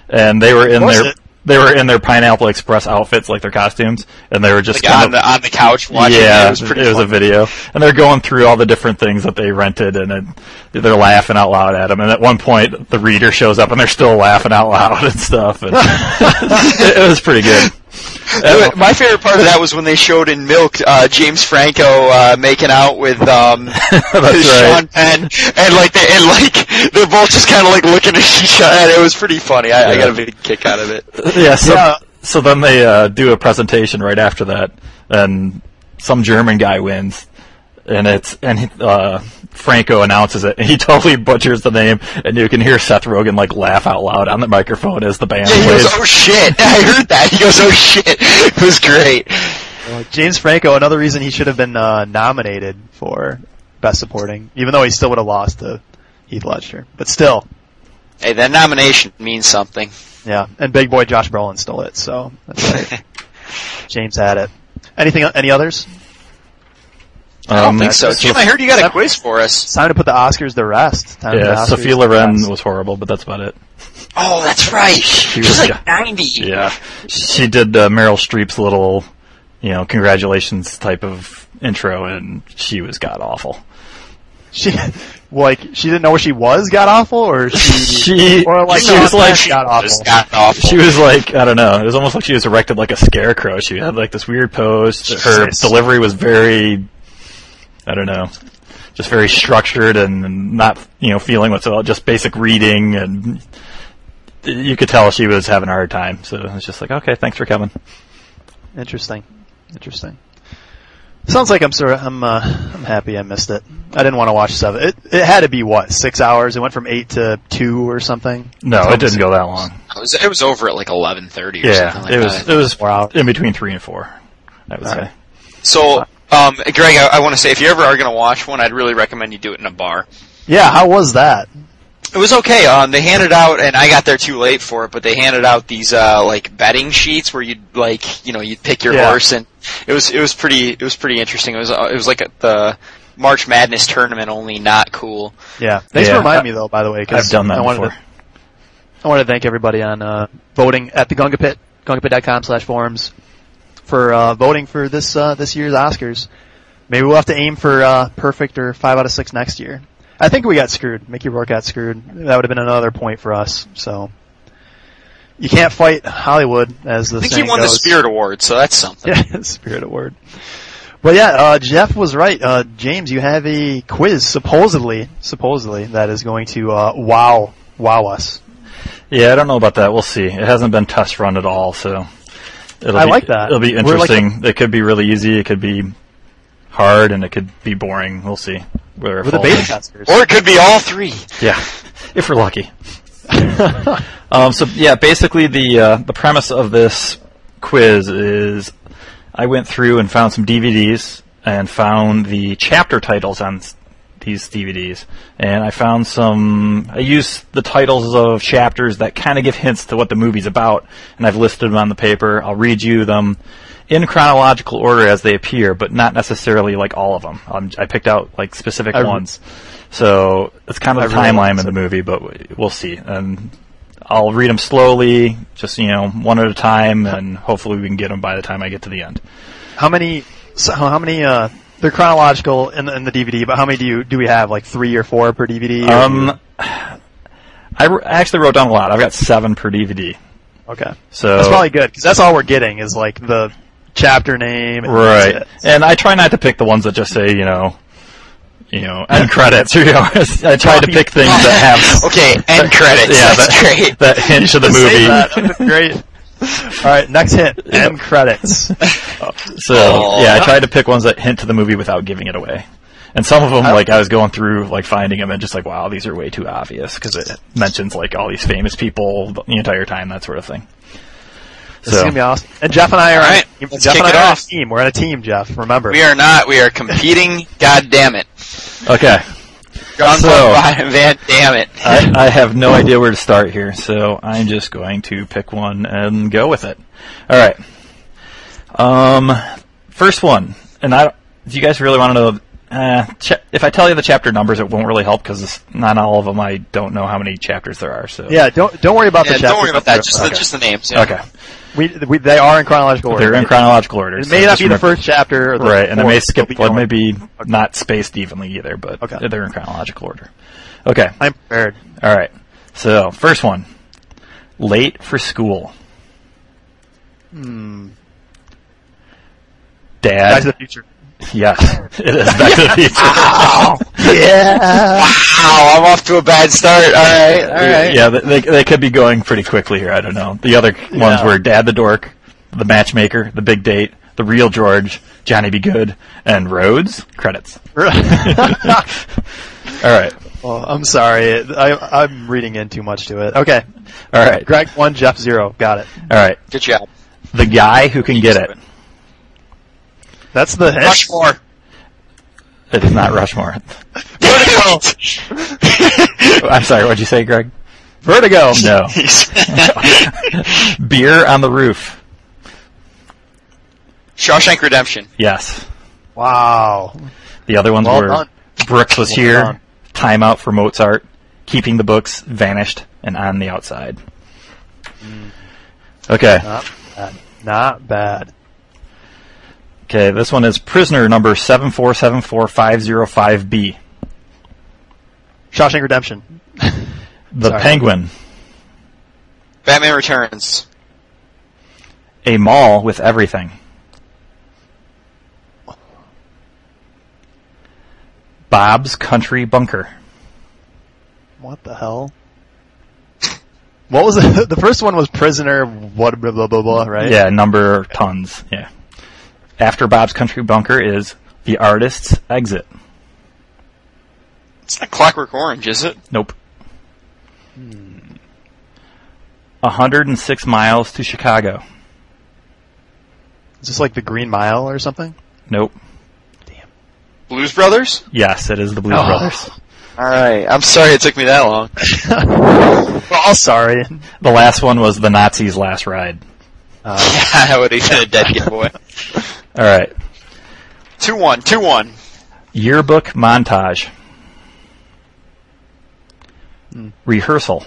[SPEAKER 2] and they were in
[SPEAKER 1] Was
[SPEAKER 2] their
[SPEAKER 1] it?
[SPEAKER 2] they were in their Pineapple Express outfits, like their costumes, and they were just
[SPEAKER 3] Like
[SPEAKER 2] kind
[SPEAKER 3] on
[SPEAKER 2] of-
[SPEAKER 3] the on the couch watching.
[SPEAKER 2] yeah,
[SPEAKER 3] it, was pretty.
[SPEAKER 2] a
[SPEAKER 3] funny.
[SPEAKER 2] video, and they're going through all the different things that they rented, and then they're laughing out loud at them. And at one point, the reader shows up, and they're still laughing out loud and stuff. And it, it was pretty good.
[SPEAKER 3] Uh, My favorite part of that was when they showed in Milk uh, James Franco uh, making out with um,
[SPEAKER 2] That's
[SPEAKER 3] Sean
[SPEAKER 2] right.
[SPEAKER 3] Penn, and like they and like they're both just kind of like looking at each other. and It was pretty funny. I, I
[SPEAKER 2] Yeah.
[SPEAKER 3] got a big kick out of it.
[SPEAKER 2] Yeah. So,
[SPEAKER 1] Yeah.
[SPEAKER 2] so then they uh, do a presentation right after that, and some German guy wins. And it's and uh, Franco announces it, and he totally butchers the name, and you can hear Seth Rogen like laugh out loud on the microphone as the band
[SPEAKER 3] Yeah, he
[SPEAKER 2] plays.
[SPEAKER 3] goes, oh shit. I heard that. He goes, oh shit. It was great.
[SPEAKER 1] Uh, James Franco, another reason he should have been, uh, nominated for Best Supporting, even though he still would have lost to Heath Ledger. But still,
[SPEAKER 3] Hey, that nomination means something.
[SPEAKER 1] yeah. And big boy Josh Brolin stole it, so that's right. James had it. Anything, any others?
[SPEAKER 3] "Oh, I don't
[SPEAKER 2] Um,
[SPEAKER 3] think so.
[SPEAKER 1] that's-
[SPEAKER 3] Jim, I heard you got a quiz for us.
[SPEAKER 1] It's time to put the Oscars to rest. Time to
[SPEAKER 2] Yeah,
[SPEAKER 1] put the Oscars
[SPEAKER 2] Sophia
[SPEAKER 1] to
[SPEAKER 2] Loren
[SPEAKER 1] rest.
[SPEAKER 2] was horrible, but that's about it.
[SPEAKER 3] Oh, that's right.
[SPEAKER 2] was
[SPEAKER 3] She's like
[SPEAKER 2] young.
[SPEAKER 3] 90.
[SPEAKER 2] Yeah, she did uh, Meryl Streep's little, you know, congratulations type of intro, and she was god awful.
[SPEAKER 1] she like she didn't know where she was got awful or she
[SPEAKER 2] She
[SPEAKER 1] or like
[SPEAKER 2] she was
[SPEAKER 1] got-
[SPEAKER 2] like
[SPEAKER 1] got
[SPEAKER 3] uh, Just
[SPEAKER 1] awful
[SPEAKER 3] got awful.
[SPEAKER 2] she was like I don't know. It was almost like she was erected like a scarecrow. She had like this weird pose. Her
[SPEAKER 1] Jesus.
[SPEAKER 2] delivery was very, I don't know, just very structured and not you know feeling what's all just basic reading and. You could tell she was having a hard time, so it's just like, okay, thanks for coming.
[SPEAKER 1] interesting interesting sounds like I'm sort of I'm uh, I'm happy I missed it I didn't want to watch seven it it had to be what six hours it went from eight to two or something
[SPEAKER 2] No, it didn't go that long.
[SPEAKER 3] It was, it was over at like 11.30 or
[SPEAKER 2] Yeah,
[SPEAKER 3] something like
[SPEAKER 2] it was
[SPEAKER 3] that.
[SPEAKER 2] it was
[SPEAKER 1] Wow.
[SPEAKER 2] in between three and four. I would
[SPEAKER 1] All
[SPEAKER 2] say.
[SPEAKER 1] right.
[SPEAKER 3] So, um, Greg, I, I want to say if you ever are going to watch one, I'd really recommend you do it in a bar.
[SPEAKER 1] yeah how was that
[SPEAKER 3] It was okay. Um, they handed out, and I got there too late for it, but they handed out these uh, like betting sheets where you'd like, you know, you'd pick your
[SPEAKER 1] Yeah.
[SPEAKER 3] horse, and it was it was pretty it was pretty interesting. It was uh, it was like a, the March Madness tournament, only not cool.
[SPEAKER 1] yeah thanks
[SPEAKER 2] Yeah.
[SPEAKER 1] for reminding me though by the way because
[SPEAKER 2] I've done that
[SPEAKER 1] I wanted
[SPEAKER 2] before.
[SPEAKER 1] to I want to thank everybody on uh, voting at the Gunga Pit, gungapit.com slash forums for uh, voting for this uh, this year's Oscars. Maybe we'll have to aim for uh, perfect or five out of six next year. I think we got screwed. Mickey Rourke got screwed. That would have been another point for us. So you can't fight Hollywood, as the
[SPEAKER 3] I think he
[SPEAKER 1] saying
[SPEAKER 3] won the
[SPEAKER 1] goes.
[SPEAKER 3] Spirit Award, so that's something.
[SPEAKER 1] Yeah, Spirit Award. But yeah, uh, Jeff was right. Uh, James, you have a quiz, supposedly, supposedly that is going to uh, wow wow us.
[SPEAKER 2] Yeah, I don't know about that. We'll see. It hasn't been test run at all, so it'll
[SPEAKER 1] I
[SPEAKER 2] be,
[SPEAKER 1] like that.
[SPEAKER 2] It'll be
[SPEAKER 1] We're like-
[SPEAKER 2] interesting. it could be really easy. It could be hard, and it could be boring. We'll see. Where it
[SPEAKER 1] We're the
[SPEAKER 2] falls
[SPEAKER 1] beta
[SPEAKER 2] in.
[SPEAKER 1] testers.
[SPEAKER 3] Or it could be all three.
[SPEAKER 2] Yeah, if we're lucky. um, so yeah, basically the uh, the premise of this quiz is I went through and found some DVDs and found the chapter titles on s- these DVDs, and I found some. I used the titles of chapters that kind of give hints to what the movie's about, and I've listed them on the paper. I'll read you them in chronological order as they appear, but not necessarily like all of them. Um, I picked out like specific
[SPEAKER 1] I-
[SPEAKER 2] ones. So it's kind of
[SPEAKER 1] I
[SPEAKER 2] the
[SPEAKER 1] really
[SPEAKER 2] timeline
[SPEAKER 1] like
[SPEAKER 2] in the movie, but we- we'll see. And I'll read them slowly, just you know, one at a time, and hopefully we can get them by the time I get to the end.
[SPEAKER 1] How many? So how many? Uh, they're chronological in the, in the DVD, but how many do you do we have? Like three or four per DVD? or-
[SPEAKER 2] Um, I r- I actually wrote down a lot. I've got seven per DVD.
[SPEAKER 1] okay,
[SPEAKER 2] So
[SPEAKER 1] that's probably good because that's all we're getting is like the chapter name. And that's
[SPEAKER 2] right.
[SPEAKER 1] it.
[SPEAKER 2] And I try not to pick the ones that just say you know, you know, end credits. You know, I try to pick things that have
[SPEAKER 3] okay, end credits.
[SPEAKER 2] yeah,
[SPEAKER 3] That's
[SPEAKER 2] that,
[SPEAKER 3] great.
[SPEAKER 2] that hinge to the
[SPEAKER 1] Save
[SPEAKER 2] movie.
[SPEAKER 1] that. That's great. All right, next hint. End credits.
[SPEAKER 2] So
[SPEAKER 3] Aw.
[SPEAKER 2] yeah, I tried to pick ones that hint to the movie without giving it away. And some of them,
[SPEAKER 1] I-
[SPEAKER 2] like I was going through, like finding them, and just like, wow, these are way too obvious because it mentions like all these famous people the entire time, that sort of thing.
[SPEAKER 1] This is
[SPEAKER 2] So
[SPEAKER 1] gonna be awesome. And Jeff and I are on
[SPEAKER 3] All
[SPEAKER 1] a
[SPEAKER 3] right,
[SPEAKER 1] team.
[SPEAKER 3] let's
[SPEAKER 1] Jeff
[SPEAKER 3] kick
[SPEAKER 1] and I
[SPEAKER 3] it
[SPEAKER 1] are on a
[SPEAKER 3] off.
[SPEAKER 1] team. We're on a team, Jeff. Remember.
[SPEAKER 3] We are not. We are competing. God damn it.
[SPEAKER 2] okay,
[SPEAKER 3] Guns
[SPEAKER 2] So-
[SPEAKER 3] Van- Van damn it.
[SPEAKER 1] Uh,
[SPEAKER 2] I, I have no idea where to start here, so I'm just going to pick one and go with it. All right. Um, first one, and I do you guys really want to know? Uh, cha- if I tell you the chapter numbers, it won't really help because not all of them. I don't know how many chapters there are. So
[SPEAKER 1] Yeah, don't don't worry about
[SPEAKER 3] Yeah,
[SPEAKER 1] the chapter.
[SPEAKER 3] don't worry about that. Just,
[SPEAKER 1] okay.
[SPEAKER 3] the, just the names. Yeah.
[SPEAKER 2] Okay.
[SPEAKER 1] we, we they are in chronological order.
[SPEAKER 2] They're in chronological order.
[SPEAKER 1] It
[SPEAKER 2] so
[SPEAKER 1] may not
[SPEAKER 2] just
[SPEAKER 1] be the
[SPEAKER 2] remember-
[SPEAKER 1] first chapter, or the
[SPEAKER 2] Right, and I may
[SPEAKER 1] fourth.
[SPEAKER 2] skip
[SPEAKER 1] It'll be
[SPEAKER 2] one,
[SPEAKER 1] going-
[SPEAKER 2] maybe not spaced evenly either, but
[SPEAKER 1] Okay.
[SPEAKER 2] they're in chronological order. Okay.
[SPEAKER 1] I'm prepared.
[SPEAKER 2] All right. So first one, late for school. Hmm.
[SPEAKER 1] Hmm. Back to
[SPEAKER 2] Dad.
[SPEAKER 1] the future.
[SPEAKER 2] yes, it is back to the future.
[SPEAKER 1] Yeah.
[SPEAKER 3] Wow, I'm off to a bad start. All right, all right.
[SPEAKER 2] Yeah, they, they they could be going pretty quickly here. I don't know. The other ones
[SPEAKER 1] Yeah.
[SPEAKER 2] were Dad the Dork, the Matchmaker, the Big Date, the Real George, Johnny Be Good, and Rhodes. Credits. All right.
[SPEAKER 1] well, Oh, I'm sorry. I, I'm reading in too much to it. Okay.
[SPEAKER 2] All right.
[SPEAKER 1] Greg one, Jeff zero. Got it.
[SPEAKER 2] All right.
[SPEAKER 3] Good job.
[SPEAKER 2] The guy who can get it.
[SPEAKER 1] That's the hint.
[SPEAKER 3] Rushmore.
[SPEAKER 2] It is not Rushmore.
[SPEAKER 3] Vertigo.
[SPEAKER 2] I'm sorry. What'd you say, Greg?
[SPEAKER 1] Vertigo.
[SPEAKER 2] No. Beer on the roof.
[SPEAKER 3] Shawshank Redemption.
[SPEAKER 2] Yes.
[SPEAKER 1] Wow.
[SPEAKER 2] The other ones
[SPEAKER 1] Well
[SPEAKER 2] were
[SPEAKER 1] done.
[SPEAKER 2] Brooks was
[SPEAKER 1] Well
[SPEAKER 2] here,
[SPEAKER 1] done.
[SPEAKER 2] time out for Mozart, keeping the books, vanished, and on the outside.
[SPEAKER 1] Mm.
[SPEAKER 2] Okay.
[SPEAKER 1] Not bad. Not bad.
[SPEAKER 2] Okay. This one is prisoner number seven four seven four five zero five B.
[SPEAKER 1] Shawshank Redemption.
[SPEAKER 2] The
[SPEAKER 1] Sorry.
[SPEAKER 2] Penguin.
[SPEAKER 3] Batman Returns.
[SPEAKER 2] A mall with everything. Bob's Country Bunker.
[SPEAKER 1] What the hell? What was the, the first one was prisoner what blah blah blah, blah right?
[SPEAKER 2] Yeah, number tons. Yeah. After Bob's Country Bunker is The Artist's Exit.
[SPEAKER 3] It's not Clockwork Orange, is it?
[SPEAKER 2] Nope.
[SPEAKER 1] Hmm.
[SPEAKER 2] 106 miles to Chicago.
[SPEAKER 1] Is this like the Green Mile or something?
[SPEAKER 2] Nope.
[SPEAKER 3] Blues Brothers?
[SPEAKER 2] Yes, it is the Blues
[SPEAKER 1] Oh.
[SPEAKER 2] Brothers.
[SPEAKER 3] Alright, I'm sorry it took me that long.
[SPEAKER 1] Well, sorry.
[SPEAKER 2] The last one was the Nazis' last ride.
[SPEAKER 1] Uh,
[SPEAKER 3] I would have been a dead giveaway.
[SPEAKER 2] All right.
[SPEAKER 3] 2 1, 2 1.
[SPEAKER 2] Yearbook montage.
[SPEAKER 1] Hmm.
[SPEAKER 2] Rehearsal.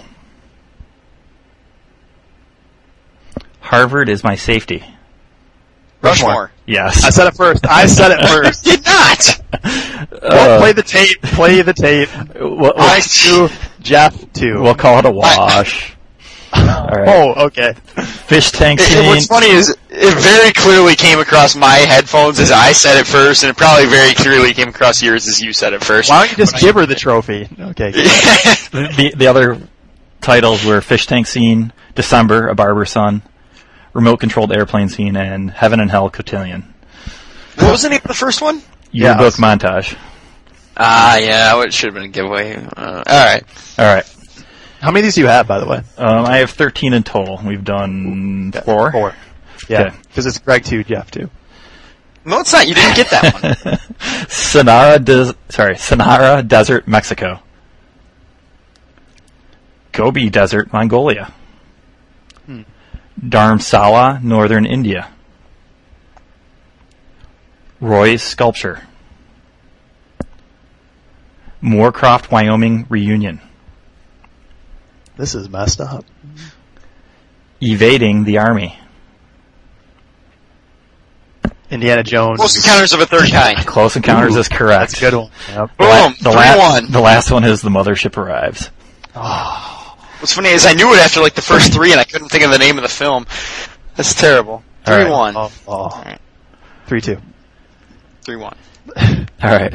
[SPEAKER 2] Harvard is my safety.
[SPEAKER 1] Rushmore.
[SPEAKER 3] Rushmore.
[SPEAKER 1] I
[SPEAKER 2] Yes.
[SPEAKER 1] said it first. I said it first.
[SPEAKER 3] Did not!
[SPEAKER 2] Uh,
[SPEAKER 1] Well, play the tape. Play the tape.
[SPEAKER 2] We'll,
[SPEAKER 1] I two. Jeff two.
[SPEAKER 2] we'll call it a wash. All right.
[SPEAKER 1] oh, okay.
[SPEAKER 2] Fish tank
[SPEAKER 3] It- it-
[SPEAKER 2] scene.
[SPEAKER 3] what's funny is it very clearly came across my headphones as I said it first, and it probably very clearly came across yours as you said it first.
[SPEAKER 1] Why don't you just give her the trophy? Okay.
[SPEAKER 2] the the other titles were Fish Tank Scene, December, A Barber Son, Remote Controlled Airplane Scene, and Heaven and Hell Cotillion.
[SPEAKER 3] what was the name of the first one?
[SPEAKER 1] Yeah.
[SPEAKER 2] yearbook montage.
[SPEAKER 3] Ah, yeah, it should have been a giveaway. Uh, all right.
[SPEAKER 2] All right.
[SPEAKER 1] How many of these do you have, by the way?
[SPEAKER 2] Um, I have 13 in total. We've done four.
[SPEAKER 1] Four. Yeah,
[SPEAKER 2] Okay.
[SPEAKER 1] because it's Greg two, Jeff two.
[SPEAKER 3] No, it's not. You didn't get that one.
[SPEAKER 2] Sonara, des- sorry, Sonara Desert, Mexico. Gobi Desert, Mongolia. Dharamsala, Northern India. Roy's Sculpture. Moorcroft, Wyoming Reunion.
[SPEAKER 1] This is messed up.
[SPEAKER 2] Evading the Army.
[SPEAKER 1] Indiana Jones.
[SPEAKER 3] Close Encounters of a Third Kind.
[SPEAKER 2] Close Encounters
[SPEAKER 1] Ooh,
[SPEAKER 2] is correct.
[SPEAKER 1] That's a good one. Yep.
[SPEAKER 2] The la-
[SPEAKER 3] Boom.
[SPEAKER 2] the,
[SPEAKER 3] three
[SPEAKER 2] la-
[SPEAKER 3] one.
[SPEAKER 2] the last one is The Mothership Arrives.
[SPEAKER 3] What's funny is I knew it after like the first three, and I couldn't think of the name of the film. That's terrible.
[SPEAKER 2] All
[SPEAKER 3] Three
[SPEAKER 2] right.
[SPEAKER 3] one.
[SPEAKER 1] Oh, oh. Three two.
[SPEAKER 3] Three one.
[SPEAKER 2] All right.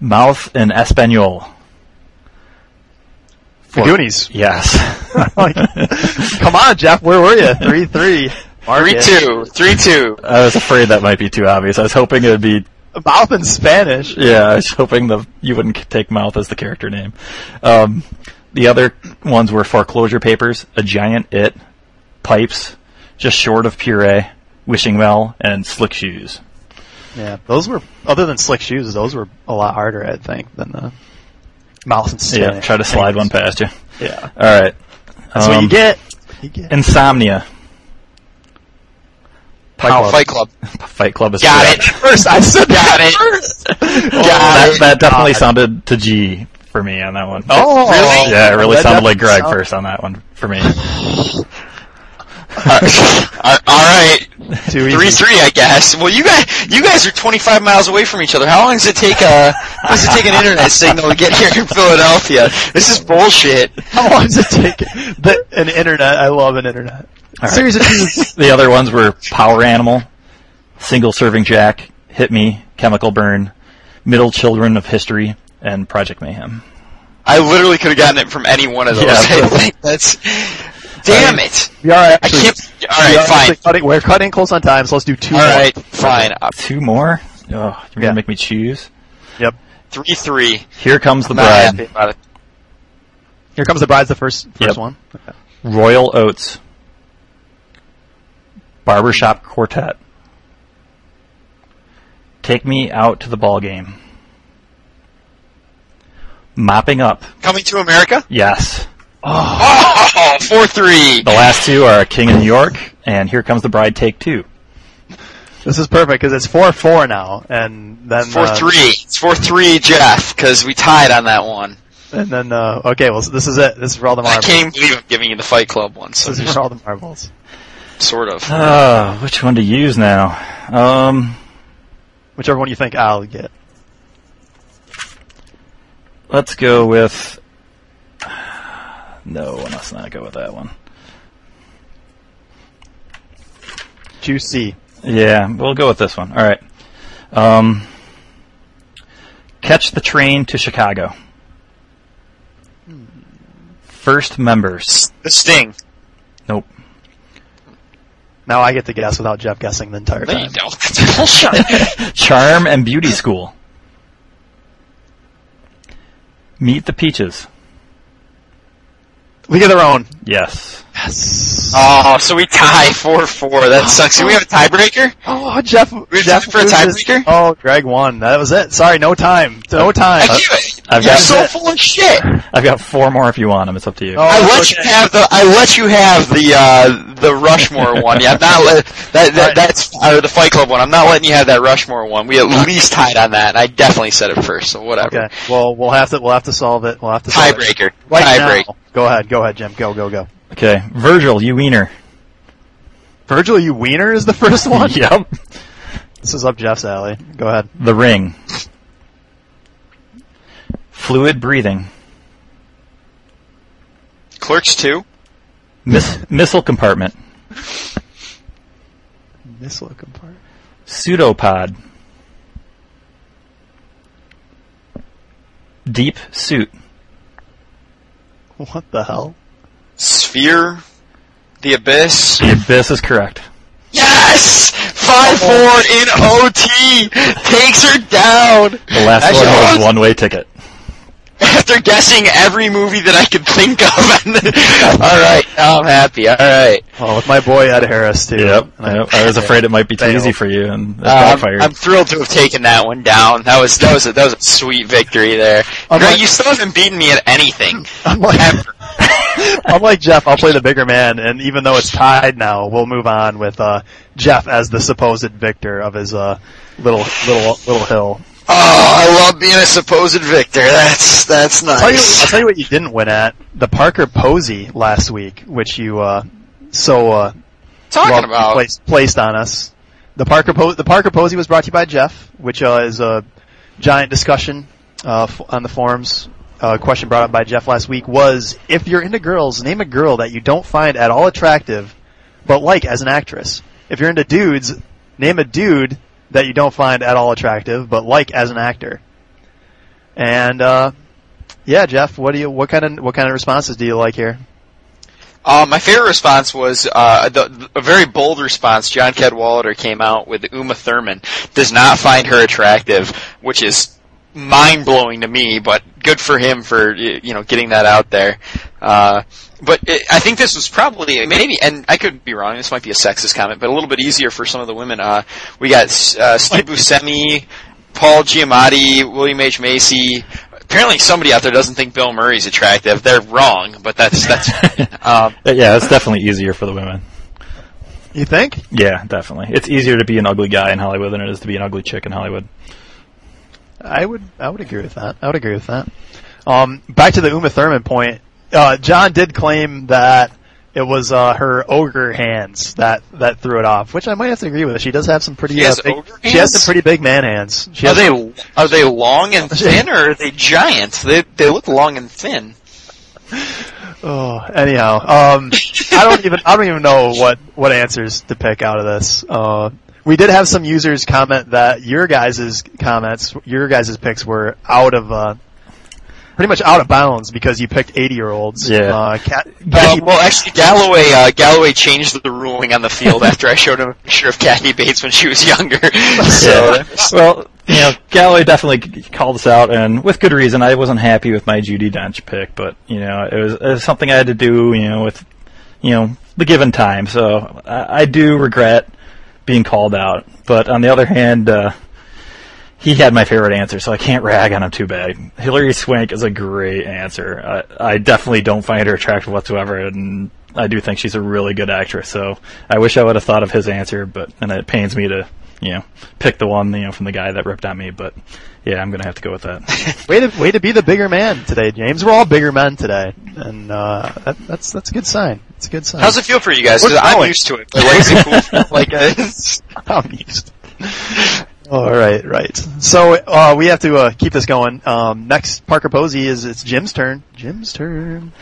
[SPEAKER 2] Mouth in Espanol.
[SPEAKER 1] The
[SPEAKER 2] Four-
[SPEAKER 1] Goonies.
[SPEAKER 2] Yes.
[SPEAKER 1] Like, come on, Jeff, where were you? Three three. Mark
[SPEAKER 3] Three
[SPEAKER 1] it.
[SPEAKER 3] two. Three two.
[SPEAKER 2] I was afraid that might be too obvious. I was hoping it would be.
[SPEAKER 1] Mouth in Spanish.
[SPEAKER 2] Yeah, I was hoping the you wouldn't take mouth as the character name. Um, the other ones were foreclosure papers, a giant it, pipes, just short of puree, wishing well, and slick shoes.
[SPEAKER 1] Yeah, those were other than slick shoes. Those were a lot harder, I think, than the mouth in Spanish.
[SPEAKER 2] Yeah, try to slide one past you.
[SPEAKER 1] Yeah,
[SPEAKER 2] All right.
[SPEAKER 1] that's what
[SPEAKER 2] Um,
[SPEAKER 1] you get. You get.
[SPEAKER 2] Insomnia. Power.
[SPEAKER 3] Fight Club.
[SPEAKER 2] Fight Club is
[SPEAKER 3] Got
[SPEAKER 2] correct.
[SPEAKER 3] it.
[SPEAKER 1] First, I said
[SPEAKER 3] Got
[SPEAKER 1] that
[SPEAKER 3] it.
[SPEAKER 1] first.
[SPEAKER 3] Got
[SPEAKER 2] that,
[SPEAKER 3] it.
[SPEAKER 2] that definitely sounded to G for me on that one.
[SPEAKER 1] Oh,
[SPEAKER 3] Really?
[SPEAKER 2] yeah, it really
[SPEAKER 1] That
[SPEAKER 2] sounded like
[SPEAKER 1] doesn't
[SPEAKER 2] Greg
[SPEAKER 1] sound-
[SPEAKER 2] first on that one for me.
[SPEAKER 3] Uh, all right.
[SPEAKER 1] Too
[SPEAKER 3] Three
[SPEAKER 1] easy.
[SPEAKER 3] three, I guess. Well, you guys, you guys are 25 miles away from each other. How long does it take? Uh, how does it take an internet signal to get here in Philadelphia? This is bullshit.
[SPEAKER 1] How long does it take? The, an internet. I love an internet.
[SPEAKER 2] right.
[SPEAKER 1] Series of Jesus.
[SPEAKER 2] The other ones were Power Animal, Single Serving Jack, Hit Me, Chemical Burn, Middle Children of History, and Project Mayhem.
[SPEAKER 3] I literally could have gotten it from any one of those.
[SPEAKER 2] Yeah.
[SPEAKER 3] I think that's. Damn it!
[SPEAKER 1] We are
[SPEAKER 3] I
[SPEAKER 1] actually.
[SPEAKER 3] can't. All
[SPEAKER 1] we are
[SPEAKER 3] right,
[SPEAKER 1] actually
[SPEAKER 3] fine.
[SPEAKER 1] Cutting, we're cutting close on time, so let's do two.
[SPEAKER 3] All
[SPEAKER 1] more.
[SPEAKER 3] right, fine. Uh,
[SPEAKER 2] Two more? Oh, you're going
[SPEAKER 1] Yeah.
[SPEAKER 2] to make me choose?
[SPEAKER 1] Yep.
[SPEAKER 3] three three.
[SPEAKER 2] Here comes the
[SPEAKER 3] Not happy
[SPEAKER 2] bride.
[SPEAKER 3] about it.
[SPEAKER 1] Here comes the bride's the first first
[SPEAKER 2] Yep.
[SPEAKER 1] one.
[SPEAKER 2] Royal Oats. Barbershop Quartet. Take me out to the ball game. Mopping up.
[SPEAKER 3] Coming to America.
[SPEAKER 2] Yes.
[SPEAKER 3] Oh, four three.
[SPEAKER 2] The last two are King of New York and Here Comes the Bride Take Two.
[SPEAKER 1] This is perfect because it's four four now, and then
[SPEAKER 3] Four
[SPEAKER 1] uh,
[SPEAKER 3] three. It's four three, Jeff, because we tied on that one.
[SPEAKER 1] and then uh, okay. Well, so this is it. This is for all the
[SPEAKER 3] I
[SPEAKER 1] marbles.
[SPEAKER 3] can't even believe I'm giving you the Fight Club one. So
[SPEAKER 1] This is
[SPEAKER 3] just
[SPEAKER 1] for all the marbles.
[SPEAKER 3] sort of.
[SPEAKER 2] Uh, which one to use now? Um,
[SPEAKER 1] Whichever one you think I'll get.
[SPEAKER 2] let's go with. No, let's not go with that one.
[SPEAKER 1] Juicy.
[SPEAKER 2] Yeah, we'll go with this one. All right. Um, catch the train to Chicago. First members.
[SPEAKER 3] The Sting.
[SPEAKER 2] Nope.
[SPEAKER 1] Now I get to guess without Jeff guessing the entire
[SPEAKER 3] No, you
[SPEAKER 1] time.
[SPEAKER 3] don't. That's bullshit.
[SPEAKER 2] Charm and Beauty School. Meet the Peaches.
[SPEAKER 1] League of Their Own.
[SPEAKER 2] Yes.
[SPEAKER 1] Yes.
[SPEAKER 3] oh, so we tie four four. That sucks. Do we have a tiebreaker?
[SPEAKER 1] oh, Jeff. Jeff
[SPEAKER 3] time for a
[SPEAKER 1] loses.
[SPEAKER 3] tiebreaker?
[SPEAKER 1] Oh, Greg won. That was it. Sorry, no time. No time.
[SPEAKER 3] I can't.
[SPEAKER 2] I've
[SPEAKER 3] You're
[SPEAKER 2] got-
[SPEAKER 3] so full of shit.
[SPEAKER 2] I've got four more if you want them. It's up to you.
[SPEAKER 1] Oh,
[SPEAKER 3] I let
[SPEAKER 1] okay.
[SPEAKER 3] you have the I let you have the uh, the Rushmore one. Yeah, I'm not let, that, that that's or the Fight Club one. I'm not letting you have that Rushmore one. We at least tied on that. I definitely said it first, so whatever.
[SPEAKER 1] Okay. Well, we'll have to we'll have to solve it. We'll have to solve it.
[SPEAKER 3] Tiebreaker.
[SPEAKER 1] Right
[SPEAKER 3] Tiebreaker.
[SPEAKER 1] now. Go ahead. Go ahead, Jim. Go go go.
[SPEAKER 2] Okay. Virgil, you wiener.
[SPEAKER 1] Virgil, you wiener is the first one.
[SPEAKER 2] Yep.
[SPEAKER 1] This is up Jeff's alley. Go ahead.
[SPEAKER 2] The ring. Fluid breathing.
[SPEAKER 3] Clerks two.
[SPEAKER 2] Miss- missile compartment.
[SPEAKER 1] This looking part.
[SPEAKER 2] Pseudopod. Deep suit.
[SPEAKER 1] What the hell?
[SPEAKER 3] Sphere. The Abyss.
[SPEAKER 2] The abyss is correct.
[SPEAKER 3] Yes! five
[SPEAKER 1] Oh.
[SPEAKER 3] four in OT takes her down.
[SPEAKER 2] The last
[SPEAKER 3] Actually, I
[SPEAKER 2] one was
[SPEAKER 3] was-
[SPEAKER 2] one way ticket.
[SPEAKER 3] After guessing every movie that I could think of, and all right, now I'm happy. All right,
[SPEAKER 1] Oh, with my boy Ed Harris too. And I-
[SPEAKER 2] I, I was afraid it might be too
[SPEAKER 1] Fail.
[SPEAKER 2] easy for you, and it
[SPEAKER 3] Uh, I'm,
[SPEAKER 2] backfired.
[SPEAKER 3] I'm thrilled to have taken that one down. That was that was a, that was a sweet victory there.
[SPEAKER 1] I'm
[SPEAKER 3] Greg,
[SPEAKER 1] like-
[SPEAKER 3] you still haven't beaten me at anything
[SPEAKER 1] I'm like,
[SPEAKER 3] ever.
[SPEAKER 1] I'm like Jeff. I'll play the bigger man, and even though it's tied now, we'll move on with uh, Jeff as the supposed victor of his uh, little little little hill.
[SPEAKER 3] Oh, I love being a supposed victor. That's that's
[SPEAKER 1] I'll tell, you,
[SPEAKER 3] nice.
[SPEAKER 1] I'll tell you what you didn't win at the Parker Posey last week, which you uh, so uh,
[SPEAKER 3] Talking
[SPEAKER 1] well,
[SPEAKER 3] about
[SPEAKER 1] placed, placed on us. The Parker po- the Parker Posey was brought to you by Jeff, which uh, is a giant discussion uh, f- on the forums. uh, question brought up by Jeff last week was: If you're into girls, name a girl that you don't find at all attractive, but like as an actress. If you're into dudes, name a dude that you don't find at all attractive, but like as an actor. And uh, yeah, Jeff, what do you what kind of what kind of responses do you like here?
[SPEAKER 3] Uh, my favorite response was uh, the, a very bold response. John Cadwalader came out with Uma Thurman does not find her attractive, which is mind blowing to me. But good for him for y- you know getting that out there. Uh, but it, I think this was probably maybe, and I could be wrong. This might be a sexist comment, but a little bit easier for some of the women. Uh, we got uh, Steve Buscemi, Paul Giamatti, William H Macy. Apparently, somebody out there doesn't think Bill Murray's attractive. They're wrong, but that's that's. Um,
[SPEAKER 2] yeah, it's definitely easier for the women.
[SPEAKER 1] You think?
[SPEAKER 2] Yeah, definitely. It's easier to be an ugly guy in Hollywood than it is to be an ugly chick in Hollywood.
[SPEAKER 1] I would I would agree with that. I would agree with that. Um, back to the Uma Thurman point. Uh, John did claim that it was uh, her ogre hands that, that threw it off, which I might have to agree with. She does have some pretty
[SPEAKER 3] She
[SPEAKER 1] uh,
[SPEAKER 3] has
[SPEAKER 1] big,
[SPEAKER 3] ogre
[SPEAKER 1] she has
[SPEAKER 3] hands?
[SPEAKER 1] some pretty big man hands. She
[SPEAKER 3] are
[SPEAKER 1] has,
[SPEAKER 3] they are they long and thin or are they giant? They they look long and thin.
[SPEAKER 1] oh, anyhow, um, I don't even I don't even know what, what answers to pick out of this. Uh, we did have some users comment that your guys' comments, your guys' picks were out of uh, pretty much out of bounds because you picked eighty year olds.
[SPEAKER 2] Yeah.
[SPEAKER 1] Uh, Kat,
[SPEAKER 3] Uh, well, actually, Galloway uh, Galloway changed the ruling on the field after I showed him a picture of Kathy Bates when she was younger. so
[SPEAKER 2] well, you know, Galloway definitely c- called us out, and with good reason. I wasn't happy with my Judy Dench pick, but you know, it was, it was something I had to do. You know, with you know the given time. So I, I do regret being called out, but on the other hand, uh, he had my favorite answer, so I can't rag on him too bad. Hillary Swank is a great answer. I, I definitely don't find her attractive whatsoever, and I do think she's a really good actress. So I wish I would have thought of his answer, but and it pains me to you know pick the one you know from the guy that ripped on me. But yeah, I'm gonna have to go with that.
[SPEAKER 1] Way to way to be the bigger man today, James. We're all bigger men today, and uh, that, that's that's a good sign. It's a good sign.
[SPEAKER 3] how's it feel for you guys? 'Cause
[SPEAKER 1] We're
[SPEAKER 3] I'm
[SPEAKER 1] growing.
[SPEAKER 3] used to it. But, like, is it cool? like uh,
[SPEAKER 1] I'm used. all right, right. So uh, we have to uh, keep this going. Um, next, Parker Posey is it's Jim's turn. Jim's turn.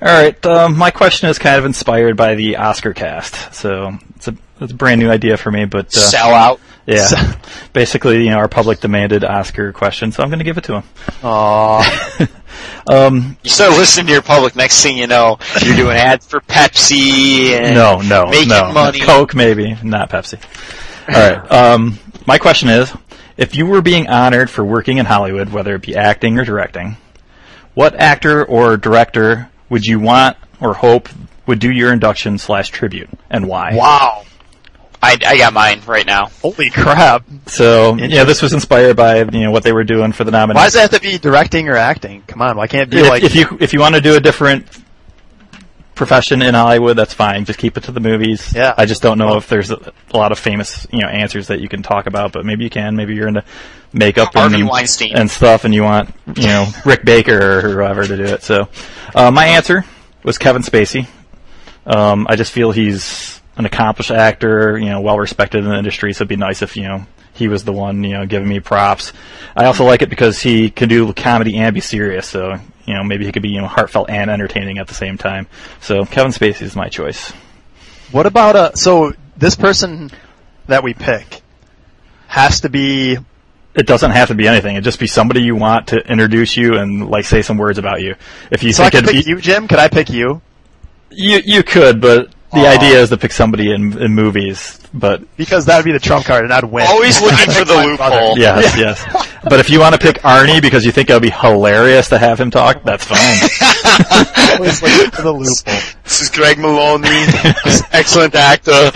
[SPEAKER 2] All right, um, my question is kind of inspired by the Oscar cast, so it's a it's a brand new idea for me, but uh,
[SPEAKER 3] sell out.
[SPEAKER 2] yeah,
[SPEAKER 1] So-
[SPEAKER 2] basically you know our public demanded Oscar question, so I'm gonna give it to him.
[SPEAKER 1] Aw.
[SPEAKER 2] Um,
[SPEAKER 3] You start listening to your public. Next thing you know, you're doing ads for Pepsi. And
[SPEAKER 2] no, no,
[SPEAKER 3] making
[SPEAKER 2] no.
[SPEAKER 3] money.
[SPEAKER 2] Coke, maybe not Pepsi. All right. Um, my question is: If you were being honored for working in Hollywood, whether it be acting or directing, what actor or director would you want or hope would do your induction slash tribute, and why?
[SPEAKER 3] Wow. I, I got mine right now.
[SPEAKER 1] Holy crap!
[SPEAKER 2] So yeah, this was inspired by you know what they were doing for the
[SPEAKER 1] Why
[SPEAKER 2] nomination.
[SPEAKER 1] does it have to be directing or acting? Come on, why can't it be
[SPEAKER 2] if,
[SPEAKER 1] like
[SPEAKER 2] if you if you want to do a different profession in Hollywood, that's fine. Just keep it to the movies.
[SPEAKER 1] Yeah.
[SPEAKER 2] I just don't know if there's a, a lot of famous you know answers that you can talk about, but maybe you can. Maybe you're into makeup and,
[SPEAKER 3] Harvey Weinstein.
[SPEAKER 2] and stuff, and you want you know Rick Baker or whoever to do it. So uh, my answer was Kevin Spacey. Um, I just feel he's an accomplished actor, you know, well respected in the industry. So it'd be nice if you know he was the one, you know, giving me props. I also like it because he can do comedy and be serious. So you know, maybe he could be you know heartfelt and entertaining at the same time. So Kevin Spacey is my choice.
[SPEAKER 1] What about uh? So this person that we pick has to be
[SPEAKER 2] It doesn't have to be anything. It'd just be somebody you want to introduce you and like say some words about you. If you
[SPEAKER 1] So I
[SPEAKER 2] think
[SPEAKER 1] can
[SPEAKER 2] it'd
[SPEAKER 1] pick
[SPEAKER 2] be
[SPEAKER 1] you, Jim. Could I pick you?
[SPEAKER 2] You you could, but the idea is to pick somebody in, in movies, but
[SPEAKER 1] because that would be the trump card, and I'd win.
[SPEAKER 3] Always looking for the
[SPEAKER 1] My brother.
[SPEAKER 3] loophole.
[SPEAKER 2] yes, yes. But if you want to pick Arnie because you think it would be hilarious to have him talk, that's fine.
[SPEAKER 1] Always looking for the loophole.
[SPEAKER 3] This is Greg Maloney, excellent actor.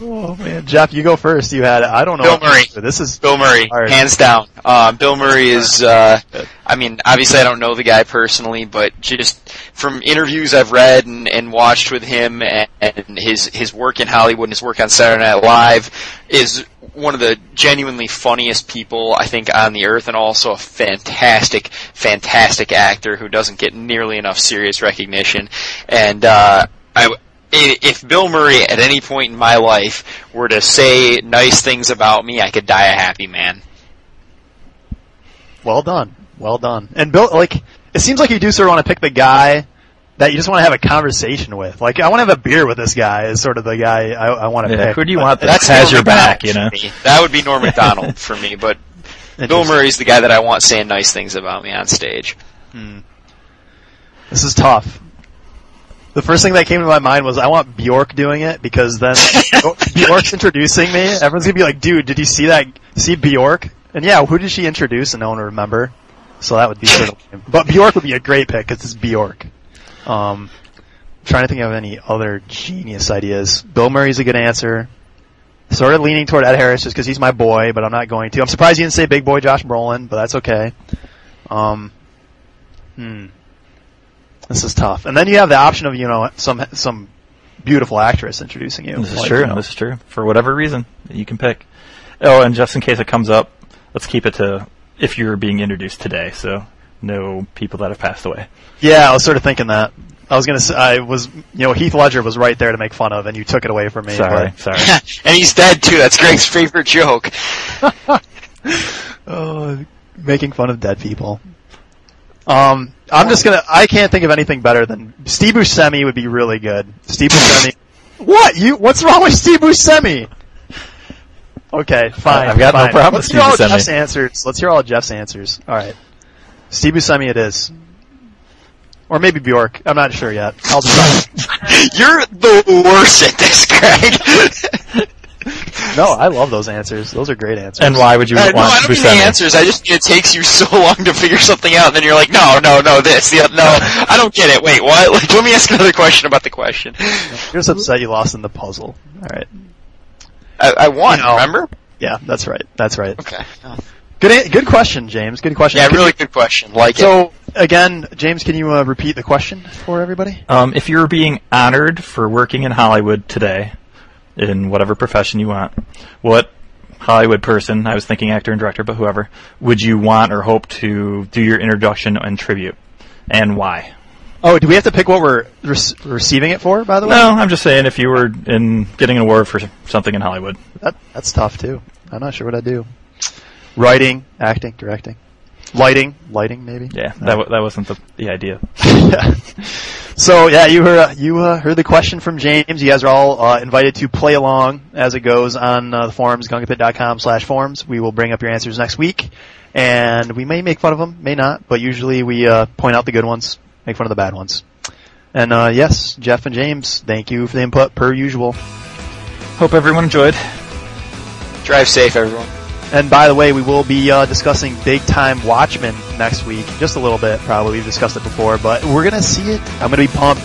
[SPEAKER 1] Oh man, Jeff, you go first. You had it. I don't know.
[SPEAKER 3] Bill Murray.
[SPEAKER 1] This is
[SPEAKER 3] Bill Murray,
[SPEAKER 1] All right.
[SPEAKER 3] hands down. Uh, Bill Murray is. Uh, I mean, obviously, I don't know the guy personally, but just from interviews I've read and, and watched with him, and, and his his work in Hollywood and his work on Saturday Night Live is one of the genuinely funniest people I think on the earth, and also a fantastic, fantastic actor who doesn't get nearly enough serious recognition. And uh, I. w- i- If Bill Murray at any point in my life were to say nice things about me, I could die a happy man.
[SPEAKER 1] well done, well done. And Bill, like, it seems like you do sort of want to pick the guy that you just want to have a conversation with. Like, I want to have a beer with this guy. Is sort of the guy I, I want to
[SPEAKER 2] Yeah,
[SPEAKER 1] pick.
[SPEAKER 2] who do you want that
[SPEAKER 3] That's
[SPEAKER 2] has
[SPEAKER 3] Norm
[SPEAKER 2] your back? You know,
[SPEAKER 3] McDonald for me. That would be Norm Macdonald for me, but Bill Murray's the guy that I want saying nice things about me on stage.
[SPEAKER 2] Hmm.
[SPEAKER 1] This is tough. The first thing that came to my mind was I want Bjork doing it because then Oh, Bjork's introducing me. Everyone's gonna be like, "Dude, did you see that? See Bjork?" And yeah, who did she introduce? And no one would remember. So that would be sort of. But Bjork would be a great pick because it's Bjork. Um, trying to think of any other genius ideas. Bill Murray's a good answer. Sort of leaning toward Ed Harris just because he's my boy, but I'm not going to. I'm surprised you didn't say big boy Josh Brolin, but that's okay. Um, hmm. This is tough. And then you have the option of, you know, some some beautiful actress introducing you.
[SPEAKER 2] this is
[SPEAKER 1] Like,
[SPEAKER 2] true.
[SPEAKER 1] you know,
[SPEAKER 2] This is true. For whatever reason, you can pick. Oh, and just in case it comes up, let's keep it to if you're being introduced today. So no people that have passed away.
[SPEAKER 1] Yeah, I was sort of thinking that. I was gonna say, I was, you know, Heath Ledger was right there to make fun of, and you took it away from me.
[SPEAKER 2] Sorry, sorry.
[SPEAKER 3] and he's dead too. That's Greg's favorite joke.
[SPEAKER 1] but- oh, making fun of dead people. Um, I'm just gonna, I can't think of anything better than, Steve Buscemi would be really good. Steve Buscemi. what? You, what's wrong with Steve Buscemi? Okay, fine.
[SPEAKER 2] I've got no
[SPEAKER 1] fine.
[SPEAKER 2] problem
[SPEAKER 1] Let's
[SPEAKER 2] with
[SPEAKER 1] hear all
[SPEAKER 2] Steve Buscemi.
[SPEAKER 1] Jeff's answers. Let's hear all Jeff's answers. Alright. Steve Buscemi it is. Or maybe Bjork. I'm not sure yet. I'll decide.
[SPEAKER 3] You're the worst at this, Greg.
[SPEAKER 1] No, I love those answers. Those are great answers.
[SPEAKER 2] And why would you
[SPEAKER 3] Uh,
[SPEAKER 2] want
[SPEAKER 3] no, I don't need the
[SPEAKER 2] Buscemi?
[SPEAKER 3] answers. I just it takes you so long to figure something out, and then you're like, no, no, no, this, the, no, I don't get it. Wait, what? Like, let me ask another question about the question.
[SPEAKER 1] You're just upset you lost in the puzzle. All right.
[SPEAKER 3] I, I won.
[SPEAKER 1] No.
[SPEAKER 3] Remember?
[SPEAKER 1] Yeah, that's right. That's right.
[SPEAKER 3] Okay.
[SPEAKER 1] Good, a- good question, James. Good question.
[SPEAKER 3] Yeah,
[SPEAKER 1] Can
[SPEAKER 3] really good question. Like
[SPEAKER 1] you- So again, James, can you uh, repeat the question for everybody?
[SPEAKER 2] Um, if you're being honored for working in Hollywood today, in whatever profession you want, what Hollywood person, I was thinking actor and director, but whoever, would you want or hope to do your introduction and tribute? And why?
[SPEAKER 1] Oh, do we have to pick what we're rec- receiving it for? By the way,
[SPEAKER 2] No, I'm just saying if you were in getting an award for something in Hollywood.
[SPEAKER 1] that, that's tough too. I'm not sure what I do. Writing, acting, directing, lighting, lighting, maybe.
[SPEAKER 2] Yeah, that, wa that wasn't the, the idea.
[SPEAKER 1] yeah. So yeah, you heard you uh, heard the question from James. You guys are all uh, invited to play along as it goes on uh, the forums, gungapit.com slash forums. We will bring up your answers next week, and we may make fun of them, may not, but usually we uh, point out the good ones, make fun of the bad ones. And uh, yes, Jeff and James, thank you for the input per usual.
[SPEAKER 2] Hope everyone enjoyed.
[SPEAKER 3] drive safe, everyone.
[SPEAKER 1] And by the way, we will be uh, discussing Big Time Watchmen next week, just a little bit probably. We've discussed it before, but we're gonna see it. I'm gonna be pumped.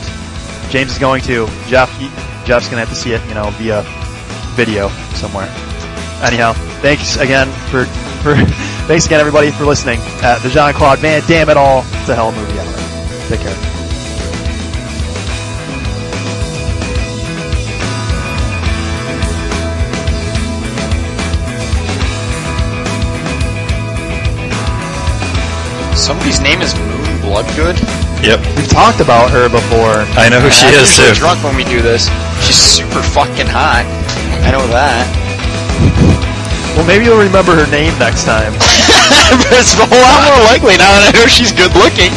[SPEAKER 1] James is going to. Jeff, he- Jeff's gonna have to see it, you know, via video somewhere. Anyhow, thanks again for for thanks again everybody for listening at the Jean Claude Van Damn It All to Hell Movie Hour. Take care.
[SPEAKER 3] Somebody's name is Moon Bloodgood.
[SPEAKER 2] Yep.
[SPEAKER 1] We've talked about her before.
[SPEAKER 2] I know who she
[SPEAKER 3] I'm
[SPEAKER 2] is,
[SPEAKER 3] usually
[SPEAKER 2] too.
[SPEAKER 3] drunk when we do this. She's super fucking hot. I know that.
[SPEAKER 1] Well, maybe you'll remember her name next time.
[SPEAKER 3] it's a lot more likely now that I know she's good looking.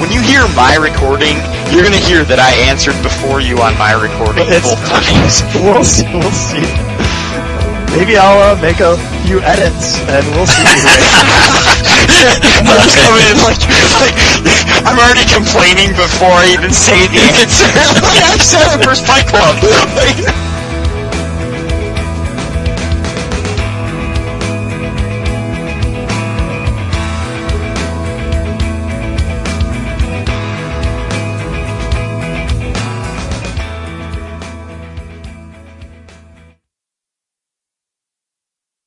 [SPEAKER 3] When you hear my recording, you're gonna hear that I answered before you on my recording
[SPEAKER 1] It's-
[SPEAKER 3] both times.
[SPEAKER 1] We'll see. We'll see. Maybe I'll uh, make a few edits, and we'll see.
[SPEAKER 3] I'm just coming in like, like, I'm already complaining before I even say the answer. like, I'm seven for Spy Club. Like,